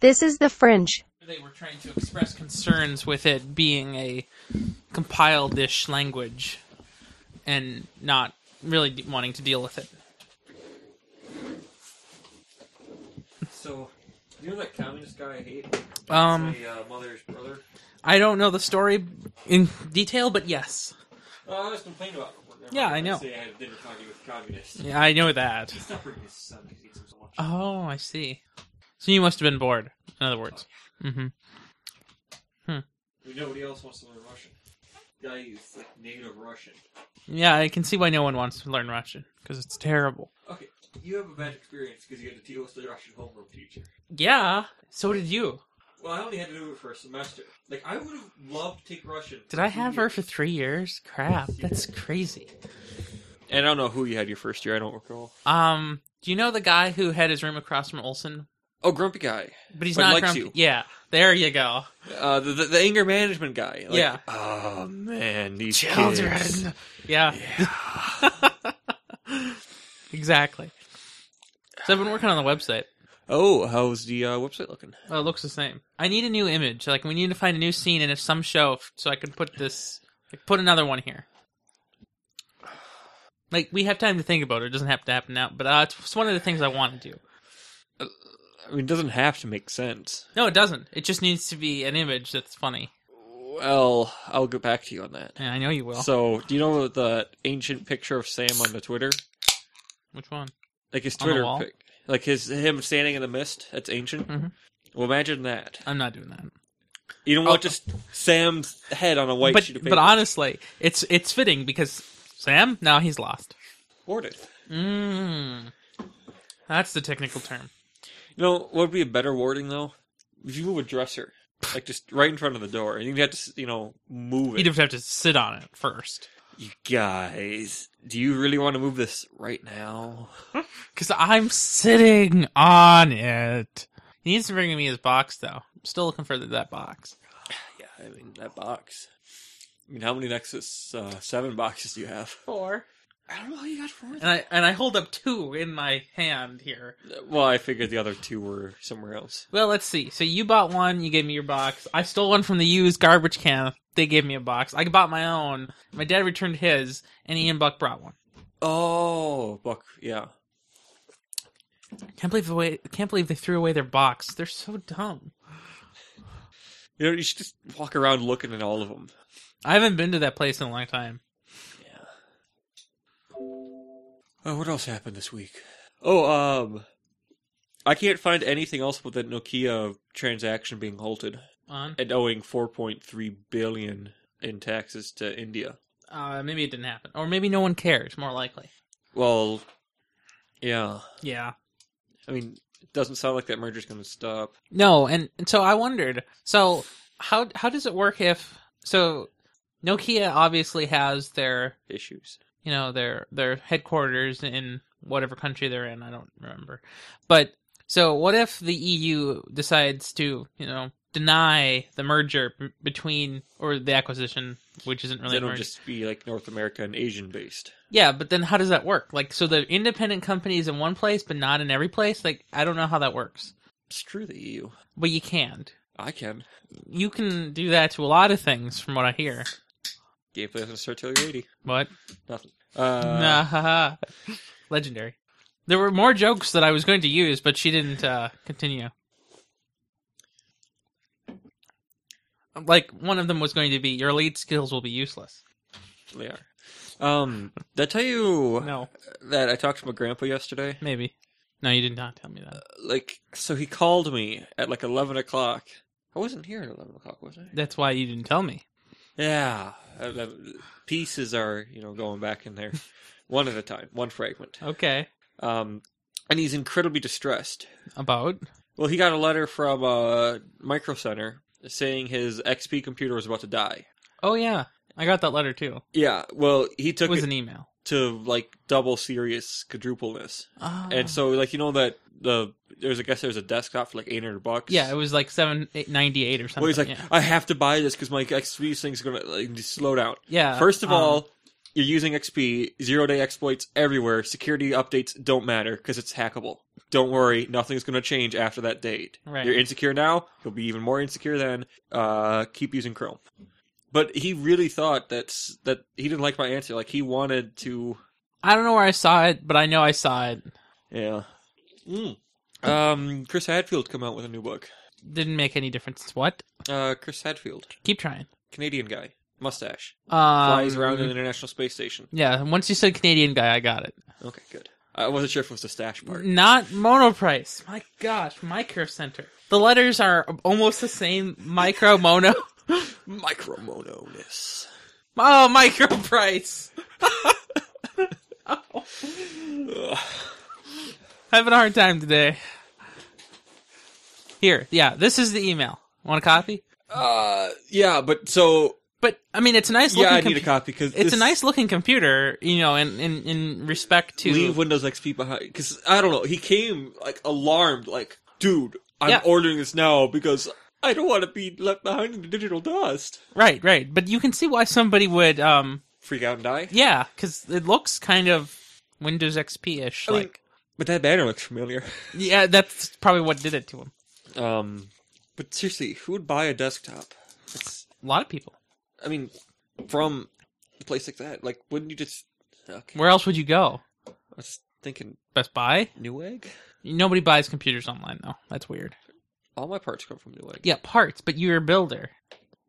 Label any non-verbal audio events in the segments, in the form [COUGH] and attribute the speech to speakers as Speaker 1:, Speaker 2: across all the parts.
Speaker 1: This is the fringe.
Speaker 2: They were trying to express concerns with it being a compiled-ish language and not really de- wanting to deal with it.
Speaker 3: So, you know that communist guy I hate? That's
Speaker 2: Um,
Speaker 3: my, uh, mother's brother.
Speaker 2: I don't know the story in detail, but yes,
Speaker 3: Oh, I was complaining about. it. Remember,
Speaker 2: Yeah, I know.
Speaker 3: Say I had dinner talking with communists.
Speaker 2: Yeah, I know that.
Speaker 3: He's not bringing his son because he eats him so much.
Speaker 2: Oh, I see. So you must have been bored. In other words, hmm
Speaker 3: We- Nobody else wants to learn Russian. Guy is like native Russian.
Speaker 2: yeah, I can see why no one wants to learn Russian because it's terrible.
Speaker 3: Okay, you have a bad experience because you had to deal with the Russian homeroom teacher.
Speaker 2: Yeah, so did you.
Speaker 3: Well, I only had to do it for a semester. Like, I would have loved to take Russian.
Speaker 2: Did I have her for three years? Crap, that's crazy.
Speaker 3: And I don't know who you had your first year. I don't recall.
Speaker 2: Um, do you know the guy who had his room across from Olson?
Speaker 3: Oh, grumpy guy.
Speaker 2: But he's
Speaker 3: But
Speaker 2: not
Speaker 3: likes
Speaker 2: grumpy.
Speaker 3: you.
Speaker 2: Yeah, there you go.
Speaker 3: Uh, the, the the anger management guy. Like,
Speaker 2: Yeah.
Speaker 3: Oh man, these kids.
Speaker 2: Yeah. [LAUGHS] exactly. So I've been working on the website.
Speaker 3: Oh, how's the uh, website looking?
Speaker 2: Well, it looks the same. I need a new image. Like we need to find a new scene and if some show f- so I can put this like put another one here. Like we have time to think about it. It doesn't have to happen now, but uh, it's one of the things I want to do.
Speaker 3: I mean, it doesn't have to make sense.
Speaker 2: No, it doesn't. It just needs to be an image that's funny.
Speaker 3: Well, I'll get back to you on that.
Speaker 2: Yeah, I know you will.
Speaker 3: So, do you know the ancient picture of Sam on the Twitter?
Speaker 2: Which one?
Speaker 3: Like his
Speaker 2: On the
Speaker 3: Twitter
Speaker 2: wall?
Speaker 3: pic, like his him standing in the mist. That's ancient.
Speaker 2: Mhm.
Speaker 3: Well, imagine that.
Speaker 2: I'm not doing that.
Speaker 3: You don't
Speaker 2: Oh.
Speaker 3: want just Sam's head on a white
Speaker 2: but
Speaker 3: sheet of paper.
Speaker 2: but honestly, it's it's fitting because Sam now he's lost.
Speaker 3: Board it.
Speaker 2: Mm. That's the technical term.
Speaker 3: You know what would be a better warding though? If you move a dresser, like just right in front of the door, and you'd have to, you know, move it.
Speaker 2: You'd have to sit on it first.
Speaker 3: You guys, do you really want to move this right now?
Speaker 2: Because I'm sitting on it. He needs to bring me his box, though. I'm still looking for that box.
Speaker 3: Yeah, I mean that box. I mean, how many Nexus uh, Seven boxes do you have?
Speaker 2: Four.
Speaker 3: I don't know how you got four.
Speaker 2: And I and I hold up two in my hand here.
Speaker 3: Well, I figured the other two were somewhere else.
Speaker 2: Well, let's see. So you bought one, you gave me your box. I stole one from the used garbage can. They gave me a box. I bought my own. My dad returned his, and Ian Buck brought one.
Speaker 3: Oh, Buck. Yeah.
Speaker 2: Can't believe the way. Can't believe they threw away their box. They're so dumb.
Speaker 3: You know, you should just walk around looking at all of them.
Speaker 2: I haven't been to that place in a long time.
Speaker 3: Yeah. Oh, what else happened this week? Oh, um, I can't find anything else but that Nokia transaction being halted
Speaker 2: On
Speaker 3: and owing 4.3 billion in taxes to India.
Speaker 2: uh, maybe it didn't happen, or maybe no one cares. More likely.
Speaker 3: Well, yeah.
Speaker 2: Yeah.
Speaker 3: I mean, it doesn't sound like that merger's going to stop.
Speaker 2: No, and, and so I wondered. So how how does it work if so? Nokia obviously has their
Speaker 3: Issues.
Speaker 2: you know their their headquarters in whatever country they're in i don't remember but so what if the eu decides to you know deny the merger b- between or the acquisition which isn't really a
Speaker 3: It'll
Speaker 2: merger.
Speaker 3: just be like North America and Asian based.
Speaker 2: yeah but then how does that work like so the independent companies in one place but not in every place like i don't know how that works
Speaker 3: Screw the EU.
Speaker 2: but you can't
Speaker 3: I can.
Speaker 2: you can do that to a lot of things from what i hear
Speaker 3: Gameplay doesn't start till you're 80.
Speaker 2: but
Speaker 3: Nothing.
Speaker 2: [LAUGHS]
Speaker 3: Uh,
Speaker 2: nah, ha, ha. legendary there were more jokes that i was going to use but she didn't uh, continue like one of them was going to be your elite skills will be useless.
Speaker 3: They are. Um, did I tell you
Speaker 2: No,
Speaker 3: that I talked to my grandpa yesterday?
Speaker 2: maybe. No, you did not tell me that.
Speaker 3: Like, so he called me at like 11 o'clock. I wasn't here at 11 o'clock, was I?
Speaker 2: That's why you didn't tell me.
Speaker 3: Yeah. Uh, the Pieces are, you know, going back
Speaker 2: [LAUGHS]
Speaker 3: in there one at a time, one fragment.
Speaker 2: Okay.
Speaker 3: Um, and he's incredibly distressed.
Speaker 2: About
Speaker 3: Well, he got a letter from uh, Micro Center saying his XP computer was about to die.
Speaker 2: Oh yeah, I got that letter too.
Speaker 3: Yeah, well, he
Speaker 2: It
Speaker 3: took
Speaker 2: was
Speaker 3: it
Speaker 2: an email.
Speaker 3: to like double serious quadrupleness.
Speaker 2: Ah.
Speaker 3: And so, like you know that the there's I guess there's a desktop for like eight hundred bucks.
Speaker 2: yeah, it was like seven eight, ninety eight or something.
Speaker 3: Well, he's like,
Speaker 2: yeah.
Speaker 3: I have to buy this because my XP thing's gonna like, just slow down.
Speaker 2: Yeah,
Speaker 3: First of
Speaker 2: um,
Speaker 3: all, You're using XP, zero day exploits everywhere. Security updates don't matter because it's hackable. Don't worry, nothing's going to change after that date.
Speaker 2: Right.
Speaker 3: You're insecure now, you'll be even more insecure then. Uh, keep using Chrome. But he really thought that's that he didn't like my answer. Like he wanted to
Speaker 2: I don't know where I saw it, but I know I saw it.
Speaker 3: Yeah. Mm. Um, Chris Hadfield come out with a new book.
Speaker 2: Didn't make any difference. What?
Speaker 3: Uh, Chris Hadfield,
Speaker 2: Keep trying.
Speaker 3: Canadian guy, mustache,
Speaker 2: Um,
Speaker 3: flies around in the International Space Station.
Speaker 2: Yeah, once you said Canadian guy, I got it.
Speaker 3: Okay, good. I wasn't sure if it was the stash part.
Speaker 2: Not monoprice. My gosh, micro center. The letters are almost the same. Micro mono.
Speaker 3: Micromononess.
Speaker 2: Oh, micro price.
Speaker 3: Ugh.
Speaker 2: [LAUGHS] Having a hard time today. Here, yeah, this is the email. Want a copy?
Speaker 3: Uh, yeah, but so
Speaker 2: But I mean, it's a nice.
Speaker 3: yeah, I
Speaker 2: looking
Speaker 3: need a
Speaker 2: compu-
Speaker 3: copy because
Speaker 2: It's a nice looking computer, you know, in in, in respect to
Speaker 3: leave Windows XP behind because I don't know. He came like alarmed, like, dude, I'm
Speaker 2: Yeah.
Speaker 3: ordering this now because I don't want to be left behind in the digital dust.
Speaker 2: right, right. But you can see why somebody would, um,
Speaker 3: Freak out and die.
Speaker 2: yeah, because it looks kind of Windows XP ish.
Speaker 3: I mean,
Speaker 2: Like,
Speaker 3: but that banner looks familiar.
Speaker 2: yeah, that's probably what did it to him.
Speaker 3: Um, but seriously, who would buy a desktop? It's,
Speaker 2: A lot of people.
Speaker 3: I mean, from a place like that, like wouldn't you just? Okay,
Speaker 2: Where else would you go?
Speaker 3: I was thinking
Speaker 2: Best Buy.
Speaker 3: Newegg.
Speaker 2: Nobody buys computers online though. That's weird.
Speaker 3: All my parts come from Newegg.
Speaker 2: Yeah, parts, but you're a builder,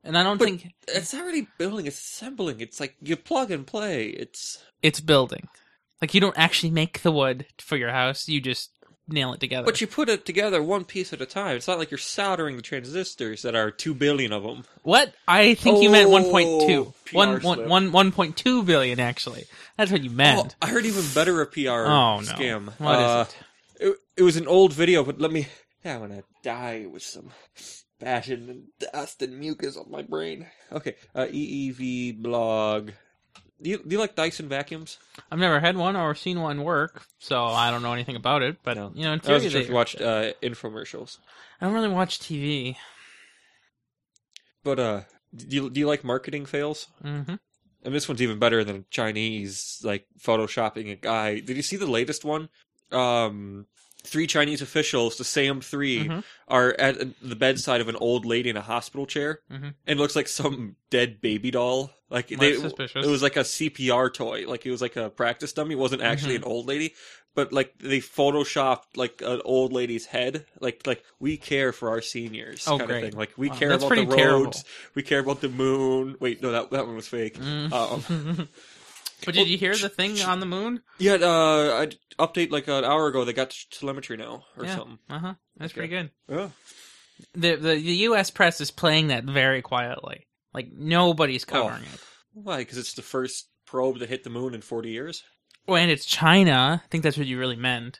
Speaker 2: and I don't
Speaker 3: But-
Speaker 2: think
Speaker 3: It's not really building; it's assembling. It's like you plug and play. It's
Speaker 2: it's building. Like you don't actually make the wood for your house. You just nail it together.
Speaker 3: but you put it together one piece at a time. It's not like you're soldering the transistors that are two billion of them.
Speaker 2: What? I think you meant 1.2.
Speaker 3: Oh, PR
Speaker 2: One- one-
Speaker 3: slip.
Speaker 2: one- 1.2 billion, actually. That's what you meant.
Speaker 3: Oh, I heard even better a PR
Speaker 2: Oh, no.
Speaker 3: scam.
Speaker 2: What is
Speaker 3: Uh,
Speaker 2: it?
Speaker 3: it, it was an old video, but let me. Yeah, I'm gonna die with some fashion and dust and mucus on my brain. Okay, uh, EEV blog. Do you, do you like Dyson vacuums?
Speaker 2: I've never had one or seen one work, so I don't know anything about it. But,
Speaker 3: No.
Speaker 2: you know, in
Speaker 3: I
Speaker 2: theory,
Speaker 3: wasn't sure if
Speaker 2: they-
Speaker 3: you watched uh, infomercials,
Speaker 2: I don't really watch TV.
Speaker 3: but uh, do you, do you like marketing fails?
Speaker 2: hmm
Speaker 3: And this one's even better than Chinese, like photoshopping a guy. Did you see the latest one? Um, three Chinese officials, the same 3
Speaker 2: Mhm.
Speaker 3: are at the bedside of an old lady in a hospital chair,
Speaker 2: Mhm.
Speaker 3: and it looks like some dead baby doll. Like
Speaker 2: That's
Speaker 3: they,
Speaker 2: suspicious.
Speaker 3: it was like a CPR toy, like it was like a practice dummy. It wasn't actually
Speaker 2: Mm-hmm.
Speaker 3: an old lady, but like they photoshopped like an old lady's head, like like we care for our seniors,
Speaker 2: Oh,
Speaker 3: kind
Speaker 2: great.
Speaker 3: of thing. Like we
Speaker 2: Wow,
Speaker 3: care
Speaker 2: that's
Speaker 3: about the roads,
Speaker 2: pretty terrible.
Speaker 3: we care about the moon. Wait, no, that that one was fake.
Speaker 2: Mm.
Speaker 3: Um,
Speaker 2: [LAUGHS] but did you hear the thing on the moon?
Speaker 3: Yeah, uh, I update like an hour ago. They got t- telemetry now or
Speaker 2: Yeah.
Speaker 3: something.
Speaker 2: Uh huh. That's
Speaker 3: Okay.
Speaker 2: pretty good.
Speaker 3: Yeah.
Speaker 2: The, the the U.S. press is playing that very quietly. Like, nobody's covering it.
Speaker 3: Why? Because it's the first probe that hit the moon in forty years.
Speaker 2: Oh, and it's China. I think that's what you really meant.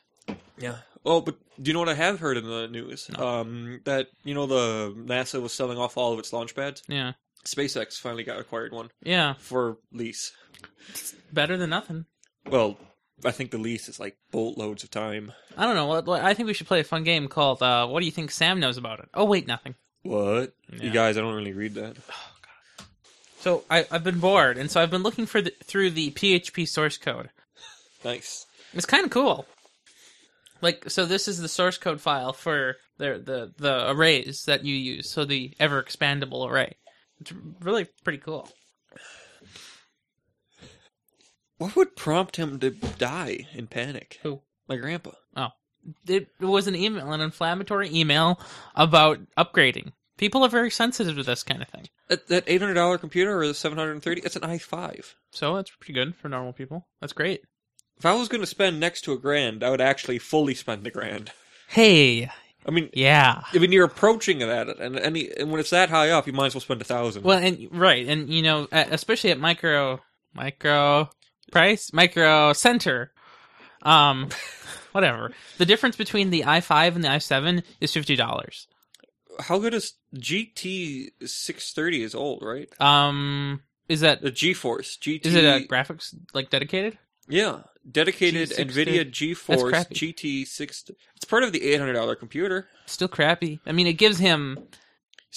Speaker 3: Yeah. Oh, but do you know what I have heard in the news? Um, that you know the NASA was selling off all of its launch pads.
Speaker 2: Yeah.
Speaker 3: SpaceX finally got acquired one
Speaker 2: Yeah.
Speaker 3: for lease.
Speaker 2: Better than nothing.
Speaker 3: Well, I think the lease is like boatloads of time.
Speaker 2: I don't know. What- what- I think we should play a fun game called uh, "What do you think Sam knows about it?" Oh wait, nothing.
Speaker 3: What? You
Speaker 2: Yeah.
Speaker 3: guys, I don't really read that.
Speaker 2: So I, I've been bored, and so I've been looking for the, through the PHP source code.
Speaker 3: Nice.
Speaker 2: It's kind of cool. Like, so this is the source code file for the the the arrays that you use. So the ever expandable array. It's really pretty cool.
Speaker 3: What would prompt him to die in panic?
Speaker 2: Who?
Speaker 3: My grandpa.
Speaker 2: It, it was an email, an inflammatory email about upgrading. People are very sensitive to this kind of thing.
Speaker 3: That, that eight hundred dollar computer or the seven hundred and thirty? It's an i five.
Speaker 2: So that's pretty good for normal people. That's great.
Speaker 3: If I was going to spend next to a grand, I would actually fully spend the grand.
Speaker 2: Hey,
Speaker 3: I mean,
Speaker 2: yeah.
Speaker 3: I mean, you're approaching that, and any and when it's that high up, you might as well spend a thousand.
Speaker 2: Well, and right, and you know, uh, especially at micro, micro price, micro center, um, [LAUGHS] whatever. The difference between the i5 and the i7 is fifty dollars.
Speaker 3: How good is GT six thirty? Is old, right?
Speaker 2: Um, is that
Speaker 3: The GeForce GT.
Speaker 2: is it a graphics like dedicated?
Speaker 3: yeah dedicated
Speaker 2: G630.
Speaker 3: NVIDIA GeForce
Speaker 2: crappy.
Speaker 3: GT six? It's part of the eight hundred dollar computer.
Speaker 2: Still crappy. I mean, it gives him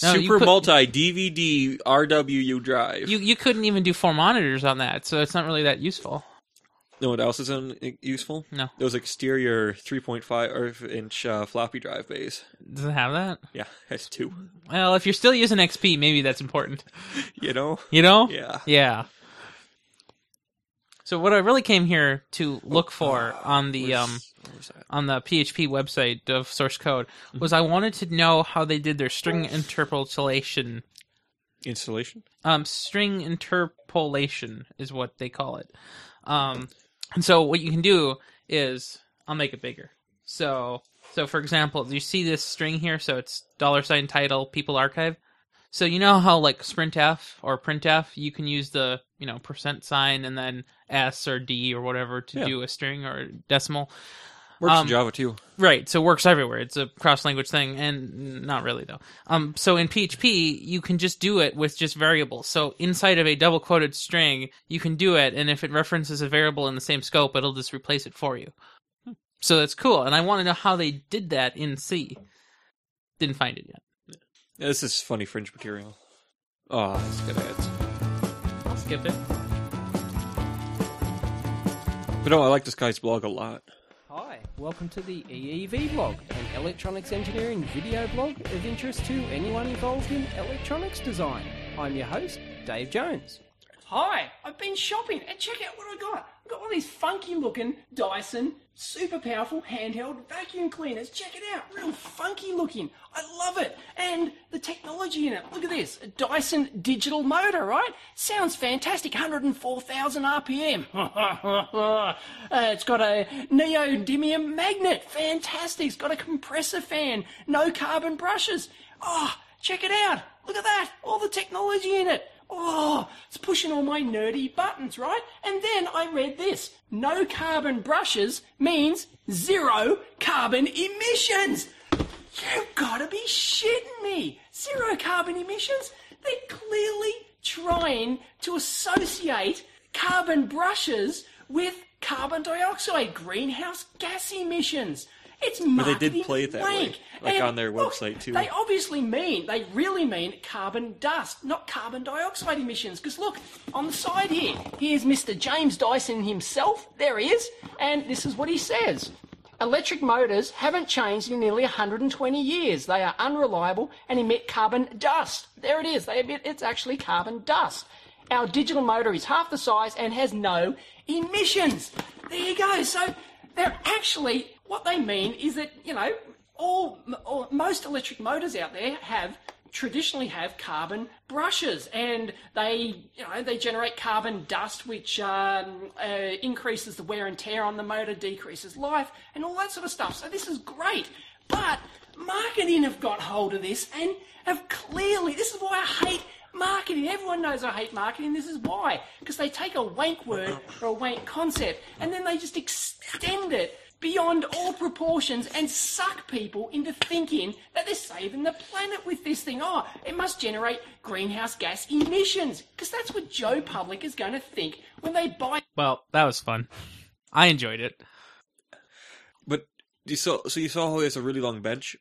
Speaker 2: No, you
Speaker 3: Super
Speaker 2: put-
Speaker 3: multi DVD RWU drive.
Speaker 2: You you couldn't even do four monitors on that, so it's not really that useful.
Speaker 3: know what else is un- useful?
Speaker 2: No.
Speaker 3: Those exterior 3.5 inch uh, floppy drive bays.
Speaker 2: Does it have that?
Speaker 3: Yeah, [LAUGHS] that's two.
Speaker 2: Well, if you're still using XP, maybe that's important.
Speaker 3: You know?
Speaker 2: You know?
Speaker 3: Yeah.
Speaker 2: Yeah. So what I really came here to look for
Speaker 3: Uh,
Speaker 2: on the
Speaker 3: where's-
Speaker 2: um
Speaker 3: where was that?
Speaker 2: on the PHP website of source code was I wanted to know how they did their string interpolation.
Speaker 3: installation?
Speaker 2: Um, string interpolation is what they call it. Um, and so what you can do is I'll make it bigger. So so for example, you see this string here, so it's dollar sign title people archive. So you know how like sprintf or printf, you can use the you know percent sign and then s or d or whatever to
Speaker 3: Yeah.
Speaker 2: do a string or decimal.
Speaker 3: Works
Speaker 2: Um,
Speaker 3: in Java too.
Speaker 2: Right, so it works everywhere. It's a cross language thing, and not really though. Um, so in PHP, you can just do it with just variables. So inside of a double quoted string, you can do it, and if it references a variable in the same scope, it'll just replace it for you. So that's cool, and I want to know how they did that in C. Didn't find it yet.
Speaker 3: Yeah, This is funny fringe material. Oh, that's good ads.
Speaker 2: I'll skip it.
Speaker 3: But no, I like this guy's blog a lot.
Speaker 1: Hi, welcome to the EEV blog, an electronics engineering video blog of interest to anyone involved in electronics design. I'm your host, Dave Jones.
Speaker 4: Hi, I've been shopping and check out what I got. I've got one of these funky looking Dyson super powerful handheld vacuum cleaners. Check it out, real funky looking. I love it. And the technology in it. Look at this a Dyson digital motor, right? Sounds fantastic. 104,000 RPM. [LAUGHS] uh, it's got a neodymium magnet. Fantastic. It's got a compressor fan. No carbon brushes. Oh, check it out. Look at that. All the technology in it. Oh, it's pushing all my nerdy buttons, right? And then I read this. No carbon brushes means zero carbon emissions. You've got to be shitting me. Zero carbon emissions? They're clearly trying to associate carbon brushes with carbon dioxide, greenhouse gas emissions. It's
Speaker 3: But they did
Speaker 4: marketing
Speaker 3: play it that way,
Speaker 4: wank.
Speaker 3: like
Speaker 4: And
Speaker 3: on their
Speaker 4: look,
Speaker 3: website, too.
Speaker 4: They obviously mean, they really mean carbon dust, not carbon dioxide emissions. Because look, on the side here, here's Mr. James Dyson himself. There he is. And this is what he says. Electric motors haven't changed in nearly 120 years. They are unreliable and emit carbon dust. There it is. They emit, it's actually carbon dust. Our digital motor is half the size and has no emissions. There you go. So they're actually what they mean is that you know all, all most electric motors out there have traditionally have carbon brushes and they you know they generate carbon dust which um, uh, increases the wear and tear on the motor decreases life and all that sort of stuff so this is great but marketing have got hold of this and have clearly this is why i hate marketing everyone knows i hate marketing this is why because they take a wank word or a wank concept and then they just extend it beyond all proportions and suck people into thinking that they're saving the planet with this thing. Oh, it must generate greenhouse gas emissions because that's what Joe Public is going to think when they buy
Speaker 2: Well, that was fun. I enjoyed it.
Speaker 3: But you saw, so you saw how he has a really long bench.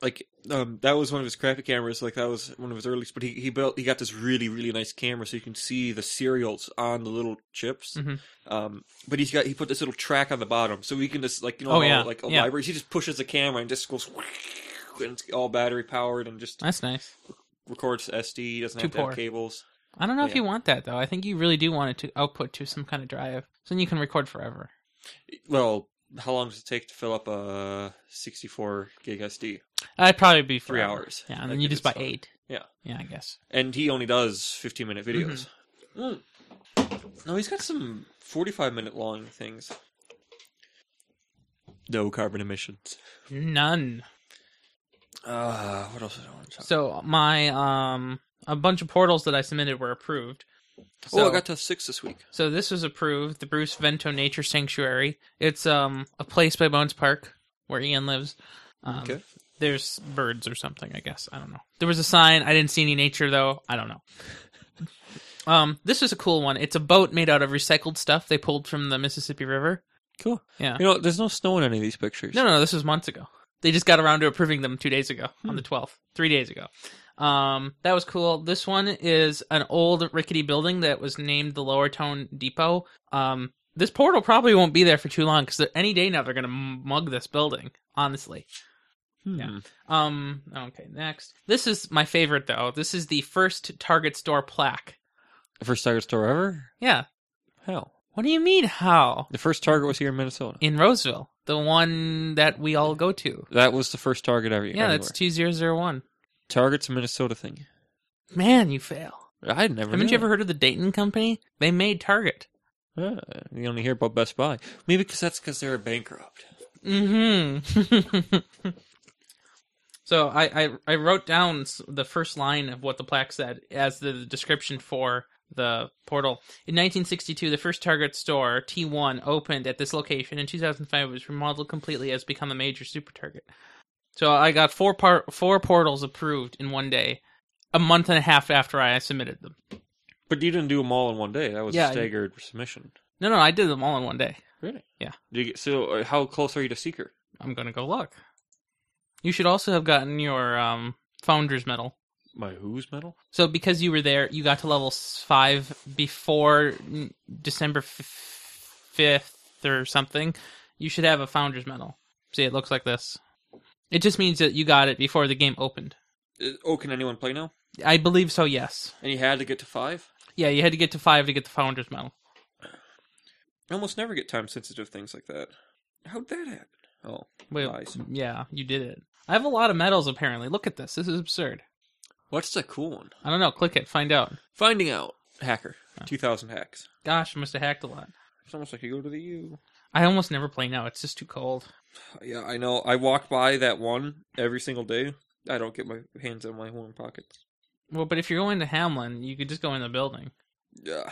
Speaker 3: Like um, that was one of his crappy cameras. Like that was one of his earliest. But he, he built he got this really really nice camera, so you can see the serials on the little chips.
Speaker 2: Mhm.
Speaker 3: Um, but he's got he put this little track on the bottom, so we can just like you know
Speaker 2: Oh,
Speaker 3: how,
Speaker 2: yeah.
Speaker 3: like a
Speaker 2: Yeah.
Speaker 3: library. He just pushes the camera and just goes [LAUGHS] and it's all battery powered and just
Speaker 2: That's nice.
Speaker 3: records SD. Doesn't
Speaker 2: Too
Speaker 3: have to have
Speaker 2: poor.
Speaker 3: cables.
Speaker 2: I don't know if
Speaker 3: Yeah.
Speaker 2: you want that though. I think you really do want it to output to some kind of drive, so then you can record forever.
Speaker 3: Well, how long does it take to fill up a 64 gig SD?
Speaker 2: That'd probably be
Speaker 3: Three
Speaker 2: forever.
Speaker 3: hours.
Speaker 2: Yeah, and
Speaker 3: Like,
Speaker 2: then you just
Speaker 3: it's
Speaker 2: buy
Speaker 3: fine.
Speaker 2: eight.
Speaker 3: Yeah.
Speaker 2: Yeah, I guess.
Speaker 3: And he only does 15 minute videos. Mm. No, Mm-hmm. he's got some 45 minute long things. No carbon emissions.
Speaker 2: None.
Speaker 3: Uh, what else did I want to talk
Speaker 2: So my um a bunch of portals that I submitted were approved.
Speaker 3: oh,
Speaker 2: So,
Speaker 3: I got to six this week.
Speaker 2: so this was approved, the Bruce Vento Nature Sanctuary. It's um a place by Bones Park where Ian lives. Um,
Speaker 3: Okay.
Speaker 2: There's birds or something, I guess. I don't know. There was a sign. I didn't see any nature though. I don't know.
Speaker 3: [LAUGHS]
Speaker 2: um, this is a cool one. It's a boat made out of recycled stuff they pulled from the Mississippi River.
Speaker 3: Cool.
Speaker 2: Yeah.
Speaker 3: You know, there's no snow in any of these pictures.
Speaker 2: No, no, this was months ago. They just got around to approving them two days ago on the 12th, three days ago. Um, that was cool. This one is an old rickety building that was named the Lower Tone Depot. Um, this portal probably won't be there for too long because any day now they're gonna mug this building. Honestly,
Speaker 3: Hmm.
Speaker 2: Yeah. um, okay, next. This is my favorite though. This is the first Target store plaque.
Speaker 3: The first Target store ever?
Speaker 2: Yeah.
Speaker 3: Hell.
Speaker 2: What do you mean? How
Speaker 3: The first Target was here in Minnesota.
Speaker 2: in Roseville, the one that we all go to?
Speaker 3: That was the first Target ever.
Speaker 2: Yeah, that's two
Speaker 3: anywhere.
Speaker 2: zero zero one.
Speaker 3: Target's a Minnesota thing.
Speaker 2: Man, you fail.
Speaker 3: I never.
Speaker 2: Haven't
Speaker 3: knew
Speaker 2: you ever heard of the Dayton Company? They made Target.
Speaker 3: that. Ah, you only hear about Best Buy. Maybe because that's because they're bankrupt.
Speaker 2: Mm-hmm. so I, I I wrote down s- the first line of what the plaque said as the description for the portal. In 1962, the first Target store T1 opened at this location. In 2005, it was remodeled completely as become a major super Target. So I got four par- four portals approved in one day, a month and a half after I submitted them.
Speaker 3: But you didn't do them all in one day. That was
Speaker 2: Yeah,
Speaker 3: a
Speaker 2: I-
Speaker 3: staggered submission.
Speaker 2: No, no, I did them all in one day.
Speaker 3: Really?
Speaker 2: Yeah.
Speaker 3: Do you get, so uh, how close are you to Seeker?
Speaker 2: I'm gonna go look. You should also have gotten your um, founder's medal.
Speaker 3: My Who's medal?
Speaker 2: So because you were there, you got to level s- five before mm, December fifth or something. You should have a founder's medal. See, it looks like this. It just means that you got it before the game opened.
Speaker 3: Uh, Oh, can anyone play now?
Speaker 2: I believe so. Yes.
Speaker 3: And you had to get to five.
Speaker 2: Yeah, you had to get to five to get the founder's medal.
Speaker 3: I almost never get time sensitive things like that. How'd that happen? Oh,
Speaker 2: Wait,
Speaker 3: Nice.
Speaker 2: yeah, you did it. I have a lot of medals apparently. Look at this. This is absurd.
Speaker 3: what's the cool one?
Speaker 2: I don't know. Click it. Find out.
Speaker 3: Finding out. Hacker. Two thousand hacks.
Speaker 2: Gosh, I must have hacked a lot.
Speaker 3: It's almost like you go to the U.
Speaker 2: I almost never play now. It's just too cold.
Speaker 3: Yeah, I know. I walk by that one every single day. I don't get my hands in my warm pockets.
Speaker 2: Well, but if you're going to Hamlin, you could just go in the building.
Speaker 3: Yeah,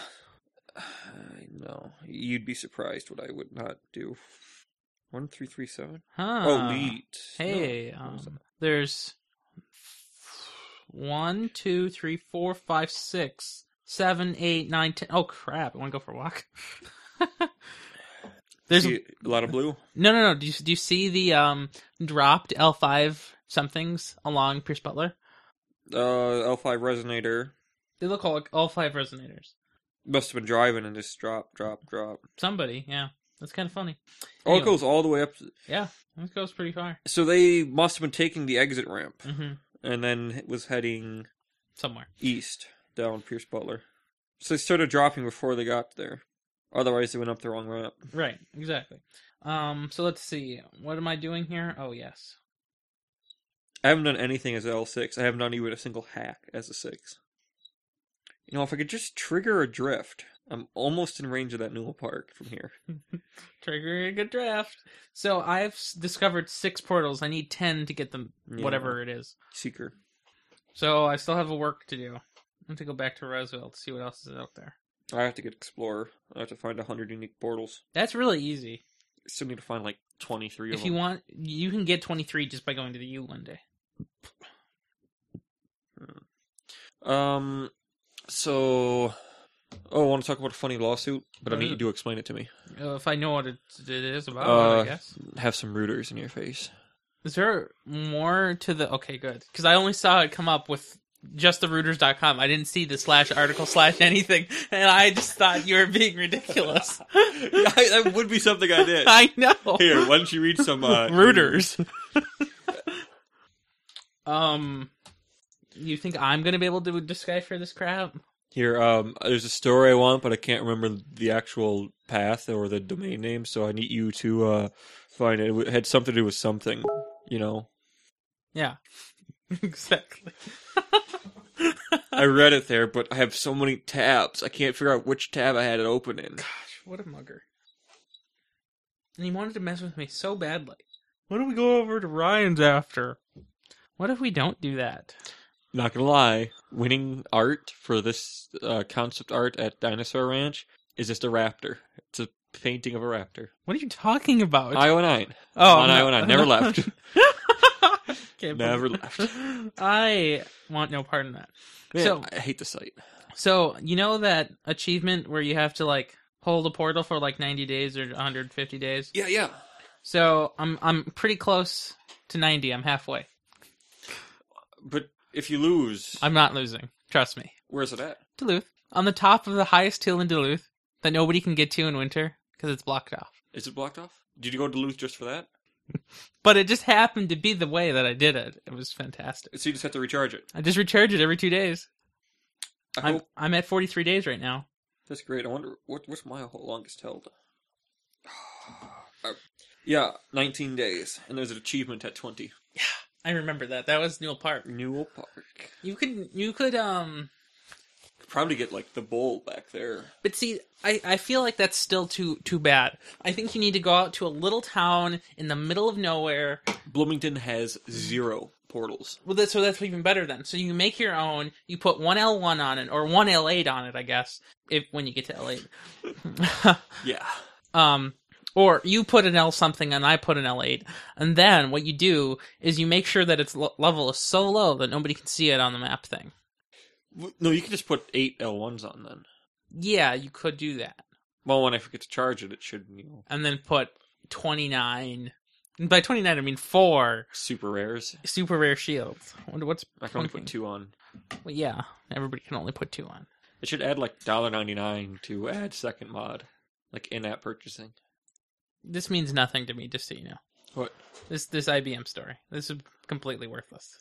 Speaker 3: I know. You'd be surprised what I would not do. One three three seven.
Speaker 2: Huh.
Speaker 3: Oh, meat.
Speaker 2: Hey,
Speaker 3: No.
Speaker 2: um, there's one, two, three, four, five, six, seven, eight, nine, ten. Oh crap! I want to go for a walk. [LAUGHS] there's
Speaker 3: See a lot of blue.
Speaker 2: no, no, no. Do you do you see the um dropped L five somethings along Pierce Butler?
Speaker 3: Uh, L five resonator
Speaker 2: They look all all five resonators.
Speaker 3: must have been driving and just drop, drop, drop.
Speaker 2: Somebody, yeah, that's kind of funny.
Speaker 3: Oh, it
Speaker 2: Anyway.
Speaker 3: goes all the way up. to-
Speaker 2: Yeah, this goes pretty far.
Speaker 3: So they must have been taking the exit ramp
Speaker 2: hmm
Speaker 3: and then was heading
Speaker 2: Somewhere.
Speaker 3: east down Pierce Butler. So they started dropping before they got there. Otherwise, they went up the wrong ramp.
Speaker 2: Right, exactly. Um, so let's see. What am I doing here? Oh yes.
Speaker 3: I haven't done anything as L six. I haven't done even a single hack as a six. You know, if I could just trigger a drift, I'm almost in range of that Newell Park from here.
Speaker 2: Triggering a draft. So I've s- discovered six portals. I need ten to get them,
Speaker 3: Yeah.
Speaker 2: whatever it is.
Speaker 3: Seeker.
Speaker 2: So I still have a work to do. I have to go back to Roseville to see what else is out there.
Speaker 3: I have to get Explorer. I have to find hundred unique portals.
Speaker 2: That's really easy.
Speaker 3: Still need to find like twenty three of
Speaker 2: If
Speaker 3: them.
Speaker 2: you want, you can get twenty three just by going to the U one day.
Speaker 3: um, so, oh, I want to talk about a funny lawsuit, but I
Speaker 2: What
Speaker 3: need
Speaker 2: is
Speaker 3: you
Speaker 2: it?
Speaker 3: to explain it to me.
Speaker 2: Uh, if I know what it, it is about,
Speaker 3: Uh,
Speaker 2: I guess.
Speaker 3: Have some rooters in your face.
Speaker 2: Is there more to the? Okay, good. Because I only saw it come up with just the rooters.com. I didn't see the slash article slash [LAUGHS] anything, and I just thought you were being [LAUGHS] ridiculous.
Speaker 3: that would be something [LAUGHS] I did.
Speaker 2: [LAUGHS] I know.
Speaker 3: Here, why don't you read some uh,
Speaker 2: [LAUGHS] rooters. um, you think I'm gonna be able to decipher this crap?
Speaker 3: Here, um, there's a story I want, but I can't remember the actual path or the domain name, so I need you to uh, find it. It had something to do with something,
Speaker 2: [LAUGHS]
Speaker 3: you know.
Speaker 2: Yeah, [LAUGHS] exactly.
Speaker 3: I read it there, but I have so many tabs, I can't figure out which tab I had it open in.
Speaker 2: Gosh, what a mugger! And he wanted to mess with me so badly. What do we go over to Ryan's after? What if we don't do that?
Speaker 3: Not gonna lie, winning art for this uh, concept art at Dinosaur Ranch is just a raptor. It's a painting of a raptor.
Speaker 2: What are you talking about?
Speaker 3: IO nine
Speaker 2: oh,
Speaker 3: on
Speaker 2: I'm
Speaker 3: IO nine,
Speaker 2: [LAUGHS]
Speaker 3: never left.
Speaker 2: Can't
Speaker 3: Never
Speaker 2: believe-
Speaker 3: left.
Speaker 2: [LAUGHS] I want no part in that.
Speaker 3: Man,
Speaker 2: So-
Speaker 3: I hate the site.
Speaker 2: So you know that achievement where you have to like hold a portal for like 90 days or 150 days.
Speaker 3: Yeah, yeah.
Speaker 2: So I'm I'm pretty close to 90. I'm halfway.
Speaker 3: But If you lose,
Speaker 2: I'm not losing. Trust me.
Speaker 3: where's it at?
Speaker 2: Duluth. On the top of the highest hill in Duluth that nobody can get to in winter because it's blocked off.
Speaker 3: Is it blocked off? Did you go to Duluth just for that?
Speaker 2: But it just happened to be the way that I did it. It was fantastic.
Speaker 3: So you just have to recharge it.
Speaker 2: I just recharge it every two days.
Speaker 3: I
Speaker 2: I'm,
Speaker 3: hope
Speaker 2: I'm at 43 days right now.
Speaker 3: that's great. I wonder what what's my longest held. Uh, yeah, 19 days, and there's an achievement at 20.
Speaker 2: I remember that. That was Newell Park.
Speaker 3: Newell Park.
Speaker 2: You could you could um
Speaker 3: Could probably get like the bowl back there.
Speaker 2: but see I, I feel like that's still too too bad. I think you need to go out to a little town in the middle of nowhere.
Speaker 3: Bloomington has zero portals.
Speaker 2: Well that's so that's even better then. So you make your own, you put one L one on it or one L eight on it, I guess, if when you get to L eight.
Speaker 3: Yeah.
Speaker 2: [LAUGHS] um or you put an L something and I put an L8 and then what you do is you make sure that its l- level is so low that nobody can see it on the map thing.
Speaker 3: W- No, you could just put eight L1s on then.
Speaker 2: Yeah, you could do that.
Speaker 3: Well, when I forget to charge it, it should you know,
Speaker 2: And then put 29 and by 29 I mean 4
Speaker 3: super rares.
Speaker 2: super rare shields. I wonder what's
Speaker 3: I can only put
Speaker 2: plunking.
Speaker 3: two on.
Speaker 2: Well, yeah, everybody can only put two on.
Speaker 3: It should add like $1.99 to add second mod, like in app purchasing.
Speaker 2: This means nothing to me just so you know.
Speaker 3: What?
Speaker 2: This this IBM story. This is completely worthless.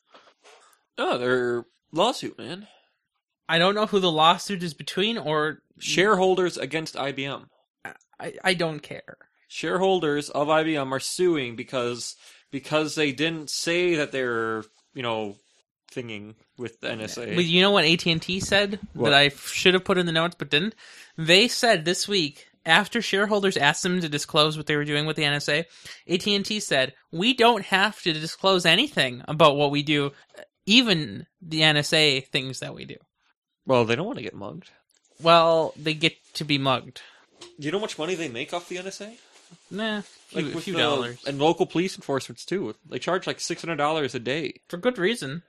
Speaker 3: Oh, they're lawsuit, man.
Speaker 2: I don't know who the lawsuit is between or
Speaker 3: Shareholders against IBM.
Speaker 2: I, I don't care.
Speaker 3: Shareholders of IBM are suing because because they didn't say that they're you know thinging with the NSA.
Speaker 2: But you know what AT&T said
Speaker 3: What?
Speaker 2: that I f- should have put in the notes but didn't? They said this week after shareholders asked them to disclose what they were doing with the NSA, AT&T said, "We don't have to disclose anything about what we do, even the NSA things that we do."
Speaker 3: well, they don't want to get mugged.
Speaker 2: Well, they get to be mugged.
Speaker 3: Do you know how much money they make off the NSA?
Speaker 2: Nah, few,
Speaker 3: with
Speaker 2: few
Speaker 3: the-
Speaker 2: dollars.
Speaker 3: and local police enforcements too. They charge like six hundred dollars a day,
Speaker 2: For good reason.